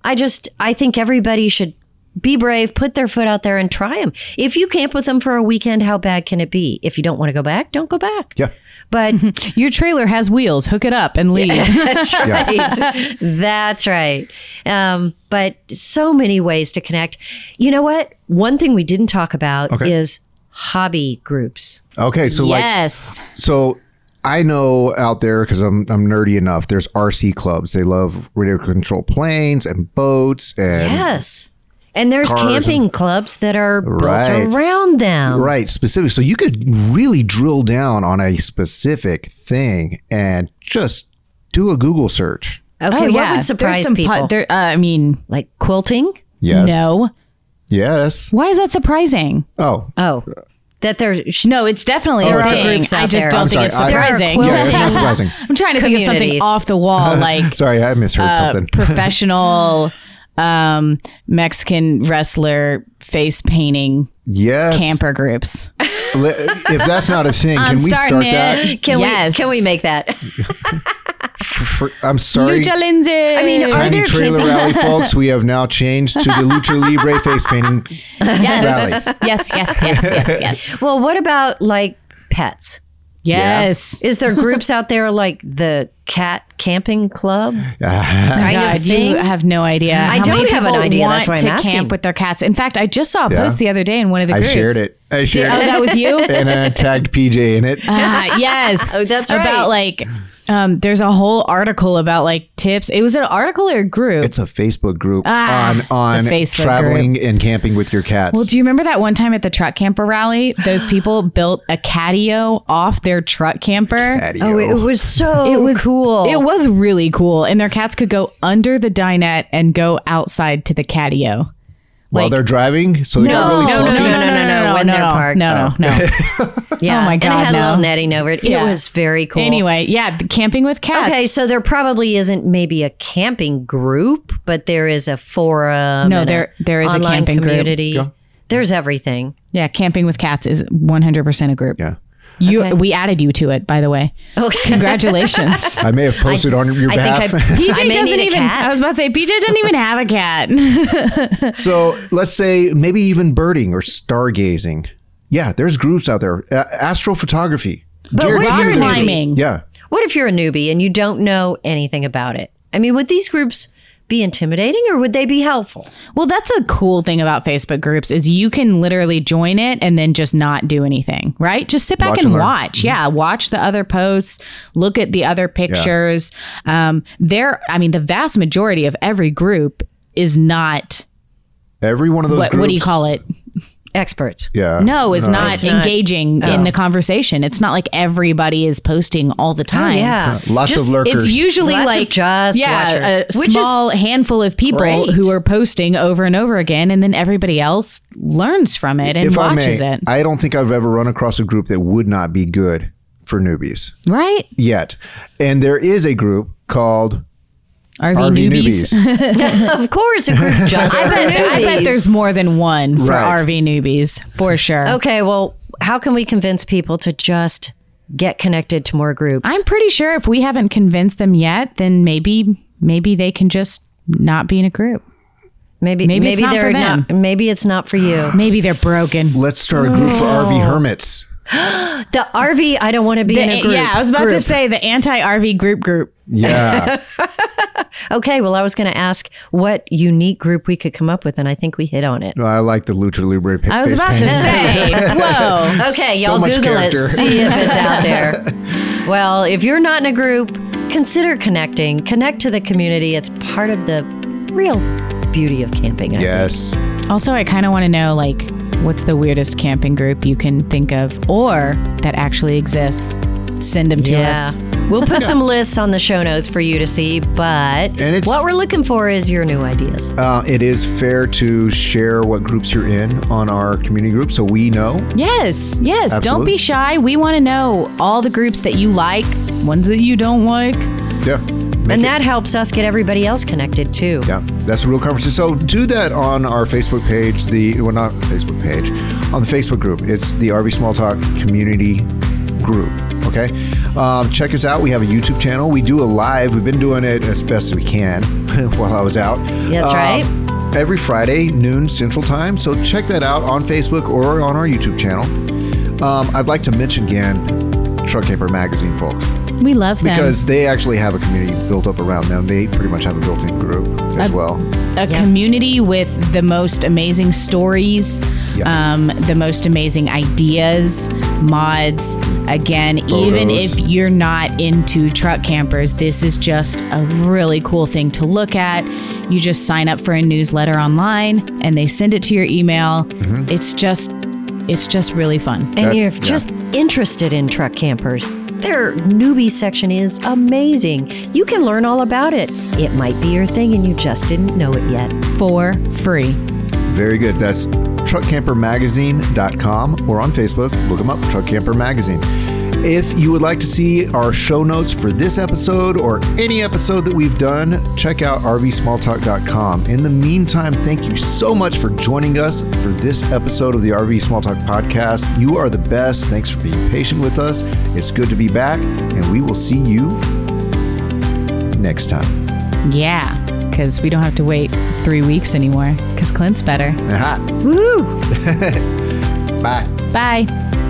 Speaker 3: I just I think everybody should be brave, put their foot out there and try them. If you camp with them for a weekend, how bad can it be? If you don't want to go back, don't go back.
Speaker 2: yeah.
Speaker 3: But
Speaker 1: Your trailer has wheels. Hook it up and leave.
Speaker 3: That's right. That's right. Um, but so many ways to connect. You know what? One thing we didn't talk about
Speaker 2: Okay.
Speaker 3: is hobby groups.
Speaker 2: Okay. So like
Speaker 1: yes.
Speaker 2: So I know out there because I'm I'm nerdy enough. There's RC clubs. They love radio control planes and boats and
Speaker 3: Yes. And there's
Speaker 2: Cars
Speaker 3: camping clubs that are
Speaker 2: Right.
Speaker 3: built around them.
Speaker 2: right specific. So you could really drill down on a specific thing and just do a Google search.
Speaker 3: Oh, Okay, what would
Speaker 1: There's
Speaker 3: surprise
Speaker 1: some po-
Speaker 3: people?
Speaker 1: there, uh, I mean,
Speaker 3: like quilting?
Speaker 2: Yes.
Speaker 1: no.
Speaker 2: Yes.
Speaker 1: Why is that surprising?
Speaker 2: Oh,
Speaker 3: Oh, that there's sh-
Speaker 1: No, it's definitely
Speaker 2: There
Speaker 1: a
Speaker 2: are
Speaker 1: thing.
Speaker 3: groups
Speaker 1: I
Speaker 3: out
Speaker 1: just
Speaker 3: there.
Speaker 1: don't
Speaker 3: I'm
Speaker 1: think it's
Speaker 2: sorry, I-
Speaker 1: surprising.
Speaker 3: There are
Speaker 2: yeah, it's not
Speaker 3: quilted-
Speaker 2: surprising.
Speaker 1: I'm trying to think of something
Speaker 3: Communities.
Speaker 1: off the wall, like
Speaker 2: Sorry, I misheard
Speaker 1: Uh,
Speaker 2: something.
Speaker 1: professional um, Mexican wrestler face painting
Speaker 2: Yes.
Speaker 1: camper groups.
Speaker 2: Le- If that's not a thing, can
Speaker 1: I'm
Speaker 2: we start
Speaker 1: starting
Speaker 2: that?
Speaker 1: it.
Speaker 3: can
Speaker 1: Yes.
Speaker 3: we can we make that?
Speaker 2: For- I'm sorry.
Speaker 1: Lucha Lindsay. I
Speaker 3: mean, are
Speaker 2: Tiny
Speaker 3: there
Speaker 2: trailer rally,
Speaker 3: camp-
Speaker 2: folks. We have now changed to the Lucha Libre face painting.
Speaker 1: yes, yes, yes, yes, yes, yes,
Speaker 3: well, what about like pets?
Speaker 1: yes.
Speaker 3: Is there groups out there like the cat camping club
Speaker 2: Ah,
Speaker 3: kind of
Speaker 1: God,
Speaker 3: thing?
Speaker 1: you have no idea. I
Speaker 3: don't have an idea. That's why I'm
Speaker 1: to
Speaker 3: asking.
Speaker 1: camp with their cats. In fact, I just saw a
Speaker 2: Yeah.
Speaker 1: post the other day in one of the
Speaker 2: I
Speaker 1: groups.
Speaker 2: shared it. I
Speaker 1: Did-
Speaker 2: shared
Speaker 1: oh,
Speaker 2: it.
Speaker 1: that was you.
Speaker 2: and I tagged PJ in it.
Speaker 1: Ah, yes.
Speaker 3: Oh, that's right.
Speaker 1: About like, um, there's a whole article about like tips. It was an article or a group.
Speaker 2: It's a Facebook group
Speaker 1: Ah, it's a
Speaker 2: on on
Speaker 1: Facebook
Speaker 2: traveling and camping with your cats.
Speaker 1: Well, do you remember that one time at the truck camper rally? Those people built a catio off their truck camper.
Speaker 2: Patio.
Speaker 3: oh, it was so
Speaker 1: It was
Speaker 3: cool.
Speaker 1: It was really cool, and their cats could go under the dinette and go outside to the catio.
Speaker 2: while
Speaker 1: like-
Speaker 2: they're driving, so they got really
Speaker 3: no, no,
Speaker 2: fluffy. Oh.
Speaker 3: no, no, no, when
Speaker 1: no,
Speaker 3: they're
Speaker 1: no,
Speaker 3: parked.
Speaker 1: no, no, no.
Speaker 3: yeah.
Speaker 1: Oh my
Speaker 3: and
Speaker 1: God,
Speaker 3: it had a
Speaker 1: no.
Speaker 3: little netting over it.
Speaker 1: Yeah.
Speaker 3: It was very cool.
Speaker 1: Anyway, yeah, the camping with cats.
Speaker 3: Okay, so there probably isn't maybe a camping group, but there is a forum.
Speaker 1: No,
Speaker 3: and
Speaker 1: there- there is a
Speaker 3: online
Speaker 1: camping group.
Speaker 3: community. There's everything.
Speaker 1: yeah, camping with cats is 100 percent a group.
Speaker 2: Yeah,
Speaker 1: You, we added you to it, by the way.
Speaker 3: Okay.
Speaker 1: Congratulations.
Speaker 2: I may have posted on your
Speaker 3: I
Speaker 2: behalf.
Speaker 3: think I,
Speaker 1: PJ
Speaker 3: I may
Speaker 1: doesn't
Speaker 3: need a
Speaker 1: even.
Speaker 3: cat.
Speaker 1: I was about to say PJ doesn't even have a cat.
Speaker 2: so let's say maybe even birding or stargazing. Yeah, there's groups out there. Uh, astrophotography.
Speaker 3: But what
Speaker 2: Guaranteed
Speaker 3: if you're
Speaker 2: there's a group.
Speaker 1: climbing?
Speaker 2: Yeah.
Speaker 3: What if you're a newbie and you don't know anything about it? I mean, would these groups be intimidating or would they be helpful?
Speaker 1: Well, that's a cool thing about Facebook groups is you can literally join it and then just not do anything, right? Just sit back
Speaker 2: Watch
Speaker 1: and,
Speaker 2: and learn. Mm-hmm.
Speaker 1: watch. Yeah, watch the other posts, look at the other pictures. Um, there, I mean, the vast majority of every group is not
Speaker 2: Every one of those
Speaker 1: what,
Speaker 2: groups.
Speaker 1: what do you call it?
Speaker 3: Experts.
Speaker 2: Yeah.
Speaker 1: No, is not
Speaker 3: not. Oh.
Speaker 1: engaging in the conversation. It's not like everybody is posting all the time.
Speaker 3: Oh, yeah.
Speaker 2: Lots
Speaker 3: Just-
Speaker 2: of lurkers.
Speaker 1: It's usually
Speaker 3: Lots of
Speaker 1: like
Speaker 3: just
Speaker 1: yeah,
Speaker 3: watchers.
Speaker 1: a
Speaker 3: Which is
Speaker 1: small handful of people
Speaker 3: great.
Speaker 1: who are posting over and over again, and then everybody else learns from it and
Speaker 2: if I may,
Speaker 1: watches it.
Speaker 2: I don't think I've ever run across a group that would not be good for newbies
Speaker 1: Right?
Speaker 2: yet. And there is a group called
Speaker 1: RV,
Speaker 2: RV
Speaker 1: newbies.
Speaker 2: newbies.
Speaker 3: Of course, a group just
Speaker 1: I,
Speaker 3: for
Speaker 1: bet, I
Speaker 3: newbies.
Speaker 1: bet there's more than one for
Speaker 2: Right.
Speaker 1: RV newbies for sure.
Speaker 3: Okay, well, how can we convince people to just get connected to more groups?
Speaker 1: I'm pretty sure if we haven't convinced them yet, then maybe maybe they can just not be in a group.
Speaker 3: maybe
Speaker 1: maybe it's not
Speaker 3: they're
Speaker 1: for them.
Speaker 3: not maybe it's not for you.
Speaker 1: Maybe they're broken.
Speaker 2: Let's Start a Group for
Speaker 1: Oh.
Speaker 2: RV Hermits.
Speaker 3: The RV I don't want to be in a group.
Speaker 1: yeah, I was about to
Speaker 3: group.
Speaker 1: say the anti RV group group.
Speaker 2: Yeah.
Speaker 3: Okay, well I was going to ask what unique group we could come up with and I think we hit on it.
Speaker 2: I like the Lucha Libre pa-
Speaker 1: I was
Speaker 2: face
Speaker 1: about to
Speaker 2: painting.
Speaker 1: say, whoa.
Speaker 3: Okay,
Speaker 2: So
Speaker 3: y'all
Speaker 2: much
Speaker 3: Google
Speaker 2: character.
Speaker 3: it, see if it's out there. well, if you're not in a group, consider connecting. Connect to the community. It's part of the real beauty of camping. I think.
Speaker 2: Yes.
Speaker 1: Also, I kind of want to know like what's the weirdest camping group you can think of or that actually exists. Send them to
Speaker 3: Yeah.
Speaker 1: us.
Speaker 3: we'll put some lists on the show notes for you to see, but
Speaker 2: it's-
Speaker 3: what we're looking for is your new ideas.
Speaker 2: Uh, it is fair to share what groups you're in on our community group so we know.
Speaker 1: Yes, yes. Don't
Speaker 2: Absolutely.
Speaker 1: be shy. We want to know all the groups that you like, ones that you don't like.
Speaker 2: Yeah. Make it-
Speaker 3: and that helps us get everybody else connected too.
Speaker 2: Yeah, that's a real conversation. So do that on our Facebook page. The well, not Facebook page, on the Facebook group. It's the RV Small Talk Community Group. Okay, um, check us out. We have a YouTube channel. We do a live. We've been doing it as best as we can while I was out. Um,
Speaker 3: That's right.
Speaker 2: Every Friday noon Central Time. So check that out on Facebook or on our YouTube channel. Um, I'd like to mention again, Truck Camper Magazine, folks
Speaker 1: We love them.
Speaker 2: because they actually have a community built up around them. They pretty much have a built-in group as well.
Speaker 1: a community with the most amazing stories,
Speaker 2: Yeah.
Speaker 1: um, the most amazing ideas, mods. Again, even
Speaker 2: Photos.
Speaker 1: if you're not into truck campers, this is just a really cool thing to look at. You just sign up for a newsletter online and they send it to your email.
Speaker 2: Mm-hmm.
Speaker 1: It's just it's just really fun.
Speaker 3: And you're
Speaker 2: That's- yeah.
Speaker 3: just interested in truck campers. Their newbie section is amazing. You can learn all about it. It might be your thing and you just didn't know it yet.
Speaker 1: For free.
Speaker 2: Very good. That's truckcampermagazine.com or on Facebook. Look them up, Truck Camper Magazine. If you would like to see our show notes for this episode or any episode that we've done, check out rvsmalltalk.com. In the meantime, thank you so much for joining us for this episode of the RV Small Talk podcast. You are the best. Thanks for being patient with us. It's good to be back, and we will see you next time.
Speaker 1: Yeah, because we don't have to wait three weeks anymore because Clint's better.
Speaker 2: Aha.
Speaker 1: Woo!
Speaker 2: Bye.
Speaker 1: Bye.